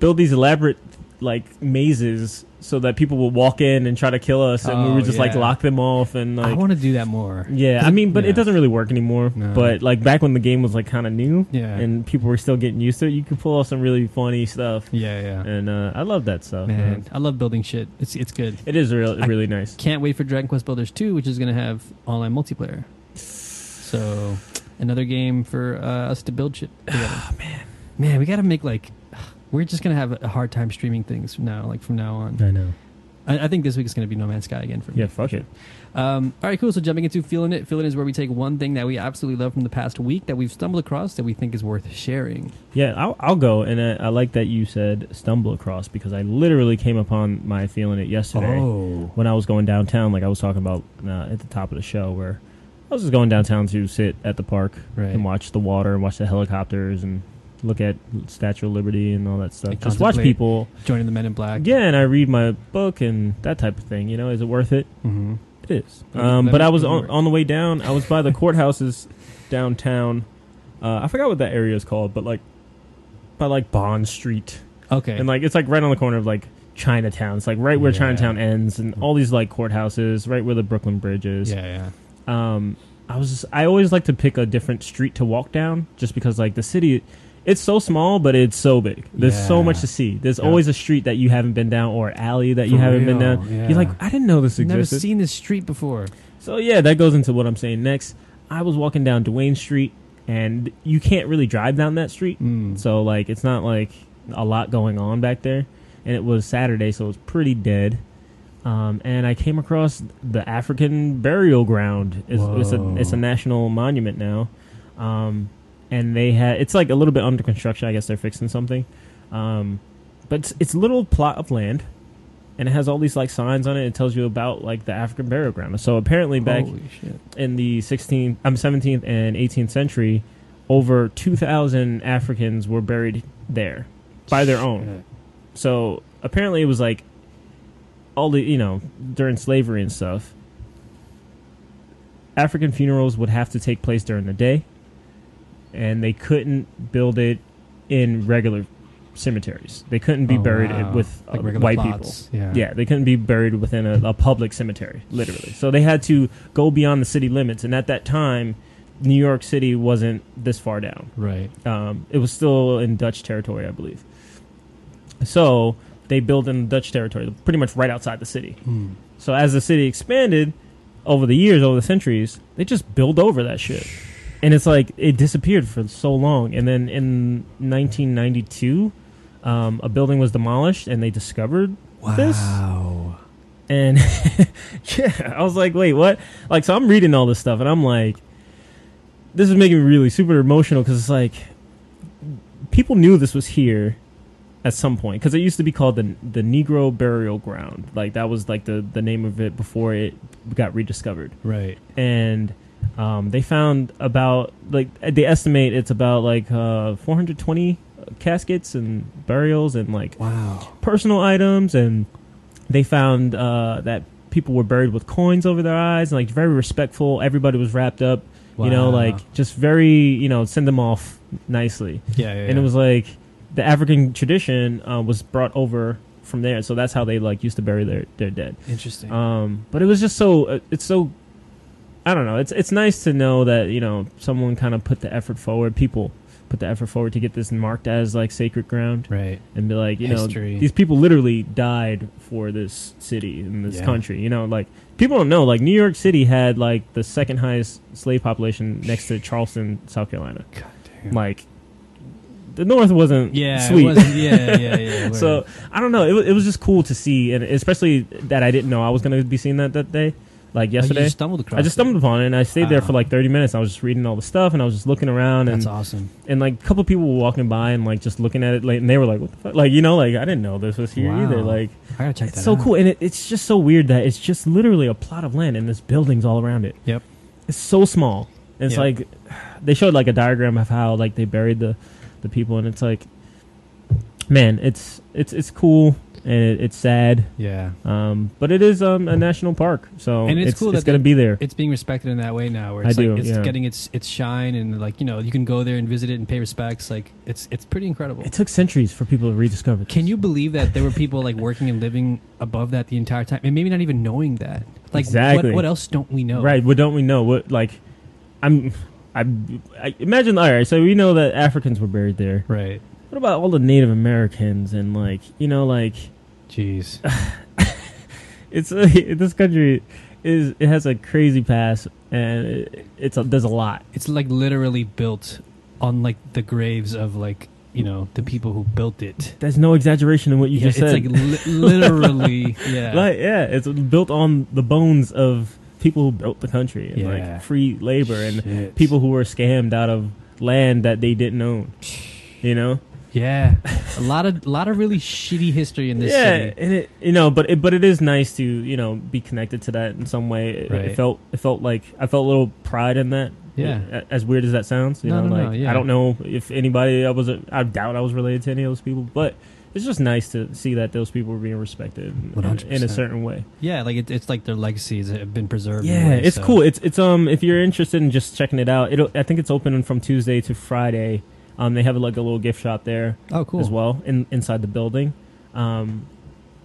[SPEAKER 2] build these elaborate like mazes so that people would walk in and try to kill us, and we
[SPEAKER 1] Oh,
[SPEAKER 2] would just like
[SPEAKER 1] yeah.
[SPEAKER 2] lock them off and
[SPEAKER 1] I
[SPEAKER 2] like.
[SPEAKER 1] want to do that more.
[SPEAKER 2] yeah, I mean, but
[SPEAKER 1] Yeah.
[SPEAKER 2] it doesn't really work anymore.
[SPEAKER 1] No.
[SPEAKER 2] But like back when the game was like kind of new,
[SPEAKER 1] Yeah.
[SPEAKER 2] and people were still getting used to it, you could pull off some really funny stuff
[SPEAKER 1] yeah, yeah.
[SPEAKER 2] and uh, I love that stuff.
[SPEAKER 1] man,
[SPEAKER 2] man.
[SPEAKER 1] I love building shit. It's it's good.
[SPEAKER 2] it is real,
[SPEAKER 1] I-
[SPEAKER 2] really nice.
[SPEAKER 1] Can't wait for Dragon Quest Builders 2, which is going to have online multiplayer. So, another game for uh, us to build shit together.
[SPEAKER 2] Ah,
[SPEAKER 1] man. Man, we got to make like. We're just going to have a hard time streaming things from now, like from now on.
[SPEAKER 2] I know.
[SPEAKER 1] I, I think this week is going to be No Man's Sky again for me.
[SPEAKER 2] Yeah, fuck it.
[SPEAKER 1] Um, all right, cool. So, jumping into Feeling It. Feeling It is where we take one thing that we absolutely love from the past week that we've stumbled across that we think is worth sharing.
[SPEAKER 2] Yeah, I'll, I'll go. And uh, I like that you said stumble across because I literally came upon my feeling it yesterday
[SPEAKER 1] Oh.
[SPEAKER 2] when I was going downtown. Like I was talking about uh, at the top of the show, where I was just going downtown to sit at the park
[SPEAKER 1] Right.
[SPEAKER 2] and watch the water and watch the helicopters and look at Statue of Liberty and all that stuff.
[SPEAKER 1] And
[SPEAKER 2] just watch
[SPEAKER 1] contemplate.
[SPEAKER 2] people.
[SPEAKER 1] Joining the Men in Black.
[SPEAKER 2] Yeah, and I read my book and that type of thing. You know, is it worth it?
[SPEAKER 1] hmm
[SPEAKER 2] It is.
[SPEAKER 1] Let me-
[SPEAKER 2] Um,
[SPEAKER 1] let
[SPEAKER 2] but
[SPEAKER 1] me
[SPEAKER 2] I was
[SPEAKER 1] remember
[SPEAKER 2] on,
[SPEAKER 1] it.
[SPEAKER 2] on the way down. I was by the courthouses downtown. Uh, I forgot what that area is called, but like by like Bond Street,
[SPEAKER 1] Okay.
[SPEAKER 2] and like it's like right on the corner of like Chinatown. It's like right where
[SPEAKER 1] Yeah.
[SPEAKER 2] Chinatown ends, and all these like courthouses, right where the Brooklyn Bridge is.
[SPEAKER 1] yeah, yeah.
[SPEAKER 2] Um, I was. I always like to pick a different street to walk down, just because like the city it's so small, but it's so big. There's so
[SPEAKER 1] Yeah.
[SPEAKER 2] much to see. There's
[SPEAKER 1] Yeah.
[SPEAKER 2] always a street that you haven't been down or an alley that you
[SPEAKER 1] For
[SPEAKER 2] haven't been
[SPEAKER 1] real,
[SPEAKER 2] down.
[SPEAKER 1] yeah.
[SPEAKER 2] You're like, I didn't know this
[SPEAKER 1] Never
[SPEAKER 2] existed.
[SPEAKER 1] seen this street before.
[SPEAKER 2] So yeah, that goes into what I'm saying next. I was walking down Duane Street, and you can't really drive down that street.
[SPEAKER 1] Mm.
[SPEAKER 2] So like, it's not like a lot going on back there. And it was Saturday, so it was pretty dead. Um, and I came across the African burial ground. It's, it's a
[SPEAKER 1] Whoa.
[SPEAKER 2] it's a national monument now, um, and they had it's like a little bit under construction. I guess they're fixing something, um, but it's, it's a little plot of land, and it has all these like signs on it. It tells you about like the African burial ground. So apparently back
[SPEAKER 1] Holy shit.
[SPEAKER 2] in the 16th, um, 17th and 18th century, over 2,000 Africans were buried there by their own. So apparently it was like all the, you know, during slavery and stuff, African funerals would have to take place during the day and they couldn't build it in regular cemeteries. They couldn't be
[SPEAKER 1] Oh,
[SPEAKER 2] buried
[SPEAKER 1] wow.
[SPEAKER 2] with uh,
[SPEAKER 1] Like regular
[SPEAKER 2] white people.
[SPEAKER 1] plots. Yeah.
[SPEAKER 2] Yeah, they couldn't be buried within a, a public cemetery, literally. So they had to go beyond the city limits. And at that time, New York City wasn't this far down.
[SPEAKER 1] Right.
[SPEAKER 2] Um, it was still in Dutch territory, I believe. So they built in Dutch territory, pretty much right outside the city.
[SPEAKER 1] Mm.
[SPEAKER 2] So as the city expanded over the years, over the centuries, they just built over that shit. And it's like it disappeared for so long. And then in 1992, um, a building was demolished and they discovered this
[SPEAKER 1] Wow.
[SPEAKER 2] and yeah, I was like, wait, what? Like, so I'm reading all this stuff, and I'm like, this is making me really super emotional because it's like people knew this was here at some point because it used to be called the the Negro Burial Ground. Like that was like the the name of it before it got rediscovered
[SPEAKER 1] Right.
[SPEAKER 2] and um, they found about like they estimate it's about like uh, 420 caskets and burials and like
[SPEAKER 1] Wow.
[SPEAKER 2] personal items and they found uh, that people were buried with coins over their eyes and like very respectful everybody was wrapped up you know
[SPEAKER 1] Wow.
[SPEAKER 2] like just very you know send them off nicely
[SPEAKER 1] Yeah. yeah,
[SPEAKER 2] and it
[SPEAKER 1] yeah.
[SPEAKER 2] was like the african tradition uh, was brought over from there so that's how they like used to bury their, their dead
[SPEAKER 1] interesting.
[SPEAKER 2] um, but it was just so uh, it's so I don't know. It's it's nice to know that you know someone kind of put the effort forward. People put the effort forward to get this marked as like sacred ground
[SPEAKER 1] right.
[SPEAKER 2] and be like you
[SPEAKER 1] History.
[SPEAKER 2] know these people literally died for this city and this
[SPEAKER 1] Yeah.
[SPEAKER 2] country. You know, like people don't know. Like New York City had like the second highest slave population next to Charleston, South Carolina.
[SPEAKER 1] God damn.
[SPEAKER 2] Like the North wasn't
[SPEAKER 1] yeah.
[SPEAKER 2] sweet.
[SPEAKER 1] It wasn't, yeah. Yeah. Yeah. Oh,
[SPEAKER 2] So I don't know. It, wa- it was just cool to see, and especially that I didn't know I was going to be seeing that that day, like
[SPEAKER 1] yesterday,
[SPEAKER 2] yesterday.
[SPEAKER 1] stumbled across.
[SPEAKER 2] I just stumbled upon it, and I stayed there
[SPEAKER 1] Wow.
[SPEAKER 2] for like thirty minutes. I was just reading all the stuff, and I was just looking around, and
[SPEAKER 1] Ah. That's awesome.
[SPEAKER 2] and like a couple people were walking by and like just looking at it, like, and they were like, "What the fuck?" Like you know, like I didn't know this was here
[SPEAKER 1] Wow.
[SPEAKER 2] either. Like
[SPEAKER 1] I gotta check that.
[SPEAKER 2] it's so
[SPEAKER 1] out.
[SPEAKER 2] cool, and it, it's just so weird that it's just literally a plot of land, and there's buildings all around it.
[SPEAKER 1] Yep.
[SPEAKER 2] It's so small. And it's
[SPEAKER 1] Yeah.
[SPEAKER 2] like they showed like a diagram of how like they buried the the people, and it's like, man, it's it's it's cool and it, it's sad,
[SPEAKER 1] Yeah.
[SPEAKER 2] um, but it is um, a national park, so
[SPEAKER 1] And it's cool that
[SPEAKER 2] it's going to be there.
[SPEAKER 1] It's being respected in that way now, where
[SPEAKER 2] I
[SPEAKER 1] it's
[SPEAKER 2] do,
[SPEAKER 1] like it's
[SPEAKER 2] yeah.
[SPEAKER 1] getting its its shine and like you know you can go there and visit it and pay respects. Like it's it's pretty incredible.
[SPEAKER 2] It took centuries for people to rediscover. This.
[SPEAKER 1] Can you believe that there were people like working and living above that the entire time, and maybe not even knowing that? Like,
[SPEAKER 2] Exactly.
[SPEAKER 1] what, what else don't we know?
[SPEAKER 2] Right. What don't we know? What like, I'm. I, I imagine. All right. So we know that Africans were buried there.
[SPEAKER 1] right.
[SPEAKER 2] What about all the Native Americans and like you know like
[SPEAKER 1] Jeez.
[SPEAKER 2] it's this country is it has a crazy past and it, it's a, there's a lot.
[SPEAKER 1] it's like literally built on like the graves of like you know the people who built it.
[SPEAKER 2] There's no exaggeration in what you
[SPEAKER 1] yeah,
[SPEAKER 2] just
[SPEAKER 1] it's
[SPEAKER 2] said.
[SPEAKER 1] like li- literally, yeah.
[SPEAKER 2] Like, yeah, it's built on the bones of people who built the country and
[SPEAKER 1] Yeah.
[SPEAKER 2] like free labor and
[SPEAKER 1] Shit.
[SPEAKER 2] people who were scammed out of land that they didn't own. You know.
[SPEAKER 1] Yeah, a lot of lot of really shitty history in this
[SPEAKER 2] yeah,
[SPEAKER 1] city.
[SPEAKER 2] and it you know, but it, but it is nice to you know be connected to that in some way. It, it
[SPEAKER 1] Right.
[SPEAKER 2] felt it felt like I felt a little pride in that.
[SPEAKER 1] Yeah.
[SPEAKER 2] A- as weird as that sounds, you
[SPEAKER 1] No,
[SPEAKER 2] know,
[SPEAKER 1] no,
[SPEAKER 2] like
[SPEAKER 1] no, yeah.
[SPEAKER 2] I don't know if anybody I was I doubt I was related to any of those people, but it's just nice to see that those people were being respected in- in, in a
[SPEAKER 1] 100%.
[SPEAKER 2] certain way.
[SPEAKER 1] Yeah, like it, it's like their legacies have been preserved. in a
[SPEAKER 2] Yeah,
[SPEAKER 1] way,
[SPEAKER 2] it's
[SPEAKER 1] so-
[SPEAKER 2] cool. It's it's um if you're interested in just checking it out, it'll I think it's open from Tuesday to Friday. Um, they have like a little gift shop there
[SPEAKER 1] Oh, cool.
[SPEAKER 2] as well in, inside the building. Um,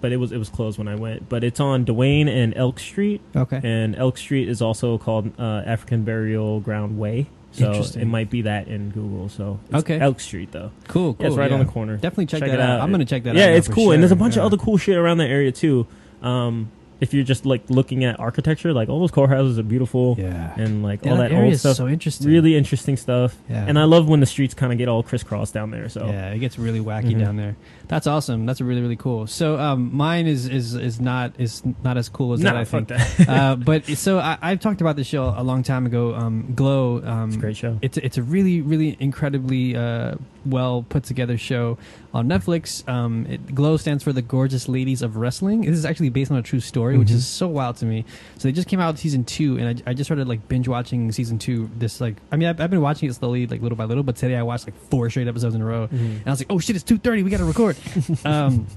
[SPEAKER 2] but it was it was closed when I went. But it's on Duane and Elk Street,
[SPEAKER 1] Okay.
[SPEAKER 2] and Elk Street is also called uh, African Burial Ground Way. So
[SPEAKER 1] Interesting.
[SPEAKER 2] it might be that in Google. So it's
[SPEAKER 1] Okay.
[SPEAKER 2] Elk Street though.
[SPEAKER 1] Cool, cool.
[SPEAKER 2] Yeah, it's right on
[SPEAKER 1] yeah.
[SPEAKER 2] the corner.
[SPEAKER 1] Definitely check, that out. I'm gonna check that
[SPEAKER 2] yeah,
[SPEAKER 1] out. now
[SPEAKER 2] it's
[SPEAKER 1] for
[SPEAKER 2] cool, and there's a
[SPEAKER 1] sure.
[SPEAKER 2] bunch
[SPEAKER 1] Yeah.
[SPEAKER 2] of other cool shit around that area too. Um, if you're just like looking at architecture, like all those courthouses are beautiful,
[SPEAKER 1] Yeah,
[SPEAKER 2] and like
[SPEAKER 1] Yeah,
[SPEAKER 2] all
[SPEAKER 1] that
[SPEAKER 2] that
[SPEAKER 1] area
[SPEAKER 2] old
[SPEAKER 1] is
[SPEAKER 2] stuff,
[SPEAKER 1] so interesting.
[SPEAKER 2] really interesting stuff.
[SPEAKER 1] Yeah.
[SPEAKER 2] And I love when the streets kind of get all crisscrossed down there. So
[SPEAKER 1] Yeah, it gets really wacky
[SPEAKER 2] Mhm.
[SPEAKER 1] down there. That's awesome. That's really really cool. So um, mine is is is not is not as cool as that.
[SPEAKER 2] nah,
[SPEAKER 1] I
[SPEAKER 2] fuck
[SPEAKER 1] think.
[SPEAKER 2] that.
[SPEAKER 1] uh, but so I, I've talked about this show a long time ago. Um, Glow. Um,
[SPEAKER 2] it's a great show.
[SPEAKER 1] It's it's a really really incredibly uh, well put together show on Netflix. Um, it, Glow stands for the Gorgeous Ladies of Wrestling. This is actually based on a true story, which
[SPEAKER 2] Mhm.
[SPEAKER 1] is so wild to me. So they just came out with season two, and I, I just started like binge watching season two. This like I mean I've, I've been watching it slowly like little by little, but today I watched like four straight episodes in a row.
[SPEAKER 2] Mm-hmm.
[SPEAKER 1] And I was like, oh shit, it's two thirty. We got to record. um,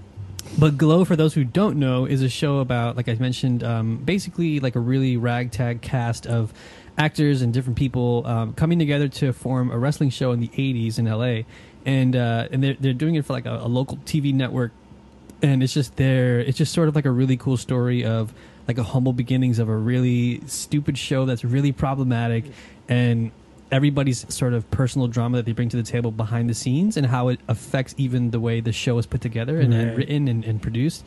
[SPEAKER 1] but Glow, for those who don't know, is a show about, like I mentioned, um, basically like a really ragtag cast of actors and different people um, coming together to form a wrestling show in the '80s in LA, and uh, and they're they're doing it for like a, a local TV network, and it's just there. It's just sort of like a really cool story of like a humble beginnings of a really stupid show that's really problematic, and everybody's sort of personal drama that they bring to the table behind the scenes and how it affects even the way the show is put together and, and
[SPEAKER 2] Right.
[SPEAKER 1] written and, and produced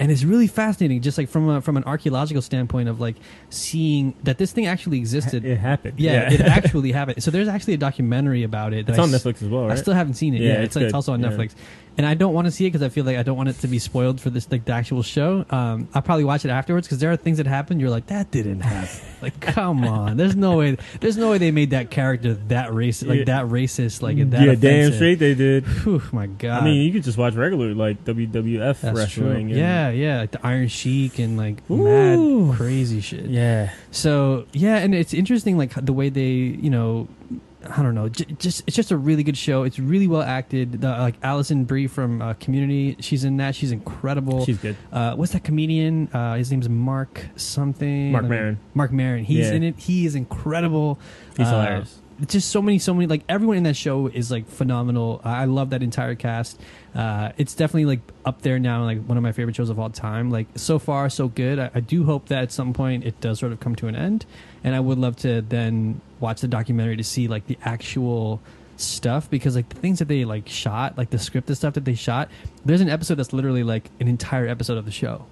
[SPEAKER 1] and it's really fascinating just like from a, from an archaeological standpoint of like seeing that this thing actually existed
[SPEAKER 2] It happened.
[SPEAKER 1] yeah, it actually happened so there's actually a documentary about it that
[SPEAKER 2] it's
[SPEAKER 1] I
[SPEAKER 2] on
[SPEAKER 1] s-
[SPEAKER 2] Netflix as well,
[SPEAKER 1] I
[SPEAKER 2] right?
[SPEAKER 1] still haven't seen it. Yeah,
[SPEAKER 2] Yeah,
[SPEAKER 1] it's,
[SPEAKER 2] it's
[SPEAKER 1] like,
[SPEAKER 2] good.
[SPEAKER 1] also on
[SPEAKER 2] Yeah.
[SPEAKER 1] Netflix, and I don't want to see it because I feel like I don't want it to be spoiled for this like the actual show. Um, I'll probably watch it afterwards because there are things that happen. You're like, that didn't happen. like, come on, there's no way. There's no way they made that character that racist, like
[SPEAKER 2] Yeah.
[SPEAKER 1] that racist, like and that.
[SPEAKER 2] Mm-hmm. yeah, damn
[SPEAKER 1] offensive.
[SPEAKER 2] straight they did.
[SPEAKER 1] Whew, my God.
[SPEAKER 2] I mean, you could just watch regular like WWF
[SPEAKER 1] that's
[SPEAKER 2] wrestling.
[SPEAKER 1] true.
[SPEAKER 2] and-
[SPEAKER 1] Yeah, yeah, like the Iron Sheik and like
[SPEAKER 2] Ooh.
[SPEAKER 1] mad crazy shit.
[SPEAKER 2] yeah.
[SPEAKER 1] So yeah, and it's interesting, like the way they, you know, I don't know, j- just it's just a really good show. It's really well acted. The, like Allison Brie from uh, Community, she's in that. She's incredible.
[SPEAKER 2] She's good.
[SPEAKER 1] uh, what's that comedian? Uh, his name's Mark something.
[SPEAKER 2] Mark
[SPEAKER 1] Let me-
[SPEAKER 2] Maron.
[SPEAKER 1] Mark Maron. He's
[SPEAKER 2] Yeah.
[SPEAKER 1] in it. He is incredible.
[SPEAKER 2] He's
[SPEAKER 1] Uh,
[SPEAKER 2] hilarious.
[SPEAKER 1] Just so many, so many. Like everyone in that show is like phenomenal. I I love that entire cast. Uh, it's definitely like up there now, like one of my favorite shows of all time. Like so far, so good. I, I do hope that at some point it does sort of come to an end, and I would love to then watch the documentary to see like the actual stuff because like the things that they like shot, like the script, the stuff that they shot. There's an episode that's literally like an entire episode of the show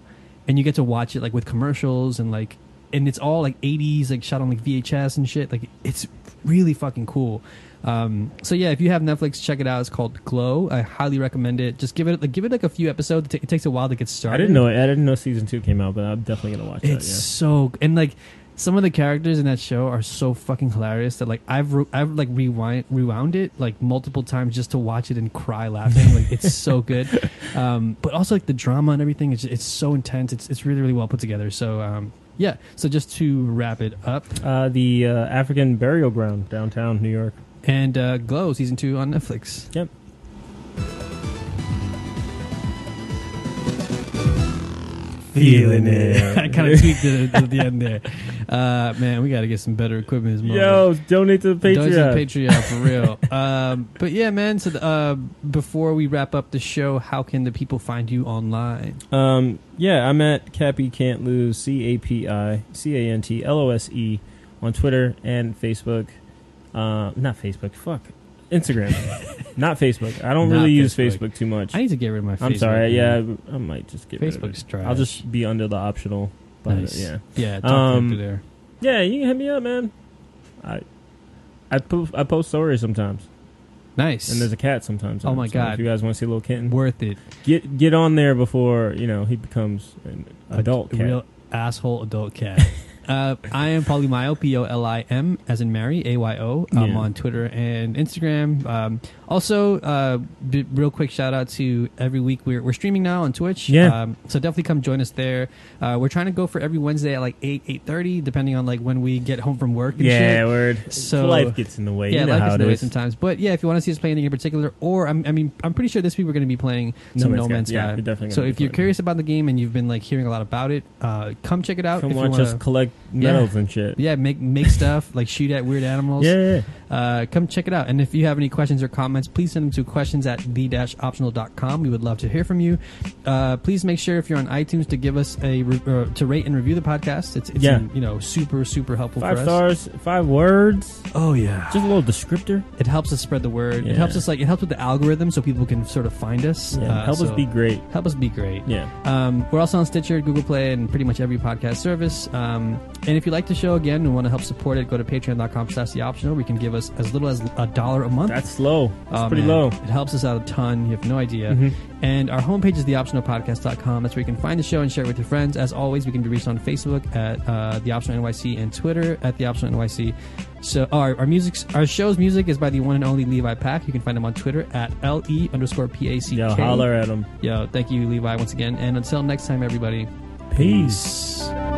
[SPEAKER 1] and you get to watch it like with commercials and like and it's all like 80s like shot on like vhs and shit like it's really fucking cool um so yeah if you have netflix check it out it's called glow i highly recommend it just give it like give it like a few episodes it, ta- it takes a while to get started
[SPEAKER 2] I didn't know. I didn't know season two came out, but I'm definitely gonna watch
[SPEAKER 1] it's so and like some of the characters in that show are so fucking hilarious that like I've re- I've like rewind rewound it like multiple times just to watch it and cry laughing like it's so good, um, but also like the drama and everything it's it's so intense it's it's really really well put together so um, yeah so just to wrap it up
[SPEAKER 2] that. Yeah. Uh, the uh, African burial ground downtown New York.
[SPEAKER 1] and uh, Glow season two on Netflix
[SPEAKER 2] Yep. Feeling it.
[SPEAKER 1] I kind of tweaked it at the end there uh, man we got to get some better equipment as well.
[SPEAKER 2] Yo, donate to the
[SPEAKER 1] Does
[SPEAKER 2] Patreon.
[SPEAKER 1] and Patreon for real. um, but yeah, man. So the, uh, before we wrap up the show, how can the people find you online?
[SPEAKER 2] Um, yeah, I'm at Cappy Can't Lose, C A P I C A N T L O S E, on Twitter and Facebook. Uh, not Facebook. Fuck, Instagram. not Facebook. I don't
[SPEAKER 1] Not
[SPEAKER 2] really use
[SPEAKER 1] Facebook.
[SPEAKER 2] Facebook too much.
[SPEAKER 1] I need to get rid of my. Facebook,
[SPEAKER 2] I'm sorry. Yeah,
[SPEAKER 1] man.
[SPEAKER 2] I I might just get rid of
[SPEAKER 1] Facebook's trash.
[SPEAKER 2] it. I'll just be under the optional. But
[SPEAKER 1] Nice.
[SPEAKER 2] yeah,
[SPEAKER 1] yeah. Talk
[SPEAKER 2] Um,
[SPEAKER 1] through there.
[SPEAKER 2] yeah, you can hit me up, man. I I po- I post stories sometimes,
[SPEAKER 1] Nice.
[SPEAKER 2] and there's a cat sometimes.
[SPEAKER 1] Oh my
[SPEAKER 2] So
[SPEAKER 1] God.
[SPEAKER 2] If you guys want to see a little kitten,
[SPEAKER 1] worth it.
[SPEAKER 2] get get on there before you know he becomes an adult
[SPEAKER 1] a
[SPEAKER 2] cat.
[SPEAKER 1] real asshole adult cat. uh, I am Polymyo, P O L I M, as in Mary, A Y O. I'm
[SPEAKER 2] Yeah.
[SPEAKER 1] on Twitter and Instagram. Um, also, uh, b- real quick shout out to every week we're, we're streaming now on Twitch.
[SPEAKER 2] Yeah.
[SPEAKER 1] Um, so definitely come join us there. Uh, we're trying to go for every Wednesday at like eight eight thirty, depending on like when we get home from work. And
[SPEAKER 2] Yeah,
[SPEAKER 1] shit.
[SPEAKER 2] word.
[SPEAKER 1] So-
[SPEAKER 2] life gets in the way.
[SPEAKER 1] Yeah,
[SPEAKER 2] you know
[SPEAKER 1] life
[SPEAKER 2] how
[SPEAKER 1] gets in
[SPEAKER 2] it
[SPEAKER 1] the way
[SPEAKER 2] is.
[SPEAKER 1] sometimes. But yeah, if you want to see us play anything in particular, or I'm, I mean, I'm pretty sure this week we're going to be playing
[SPEAKER 2] No
[SPEAKER 1] some
[SPEAKER 2] Man's
[SPEAKER 1] No
[SPEAKER 2] Sky.
[SPEAKER 1] Man's Sky.
[SPEAKER 2] Yeah, we're definitely
[SPEAKER 1] so
[SPEAKER 2] gonna be
[SPEAKER 1] if you're
[SPEAKER 2] playing
[SPEAKER 1] curious about the game and you've been like hearing a lot about it, uh, come check it out.
[SPEAKER 2] Come
[SPEAKER 1] if you
[SPEAKER 2] watch
[SPEAKER 1] wanna-
[SPEAKER 2] us collect medals and shit.
[SPEAKER 1] yeah, make make stuff like shoot at weird animals.
[SPEAKER 2] Yeah, yeah.
[SPEAKER 1] uh, come check it out. And if you have any questions or comments, please send them to questions at the-optional.com. We would love to hear from you. Uh, please make sure if you're on iTunes to give us a re- uh, to rate and review the podcast. It's, it's
[SPEAKER 2] Yeah.
[SPEAKER 1] you know super super helpful
[SPEAKER 2] Five
[SPEAKER 1] for us.
[SPEAKER 2] stars, five words,
[SPEAKER 1] Oh yeah.
[SPEAKER 2] just a little descriptor.
[SPEAKER 1] It helps us spread the word.
[SPEAKER 2] Yeah.
[SPEAKER 1] It helps us like it helps with the algorithm so people can sort of find us.
[SPEAKER 2] Yeah,
[SPEAKER 1] Uh,
[SPEAKER 2] help us
[SPEAKER 1] so-
[SPEAKER 2] be great.
[SPEAKER 1] help us be great.
[SPEAKER 2] Yeah.
[SPEAKER 1] Um, we're also on Stitcher, Google Play, and pretty much every podcast service. Um, and if you like the show again and want to help support it, go to patreon.com slash the optional. We can give us as little as a dollar a month.
[SPEAKER 2] That's low. That's
[SPEAKER 1] Oh,
[SPEAKER 2] pretty
[SPEAKER 1] man.
[SPEAKER 2] low. Mm-hmm.
[SPEAKER 1] It helps us out a ton. You have no idea. And our homepage is theoptionalpodcast.com. That's where you can find the show and share it with your friends. As always, we can be reached on Facebook at uh, The Optional NYC and Twitter at The Optional NYC. So oh, our, our music's our show's music is by the one and only Levi Pack. You can find him on Twitter at L E underscore P A C K.
[SPEAKER 2] Yo, holler at them.
[SPEAKER 1] Yo, thank you, Levi, once again. And until next time, everybody.
[SPEAKER 2] Peace.
[SPEAKER 1] peace.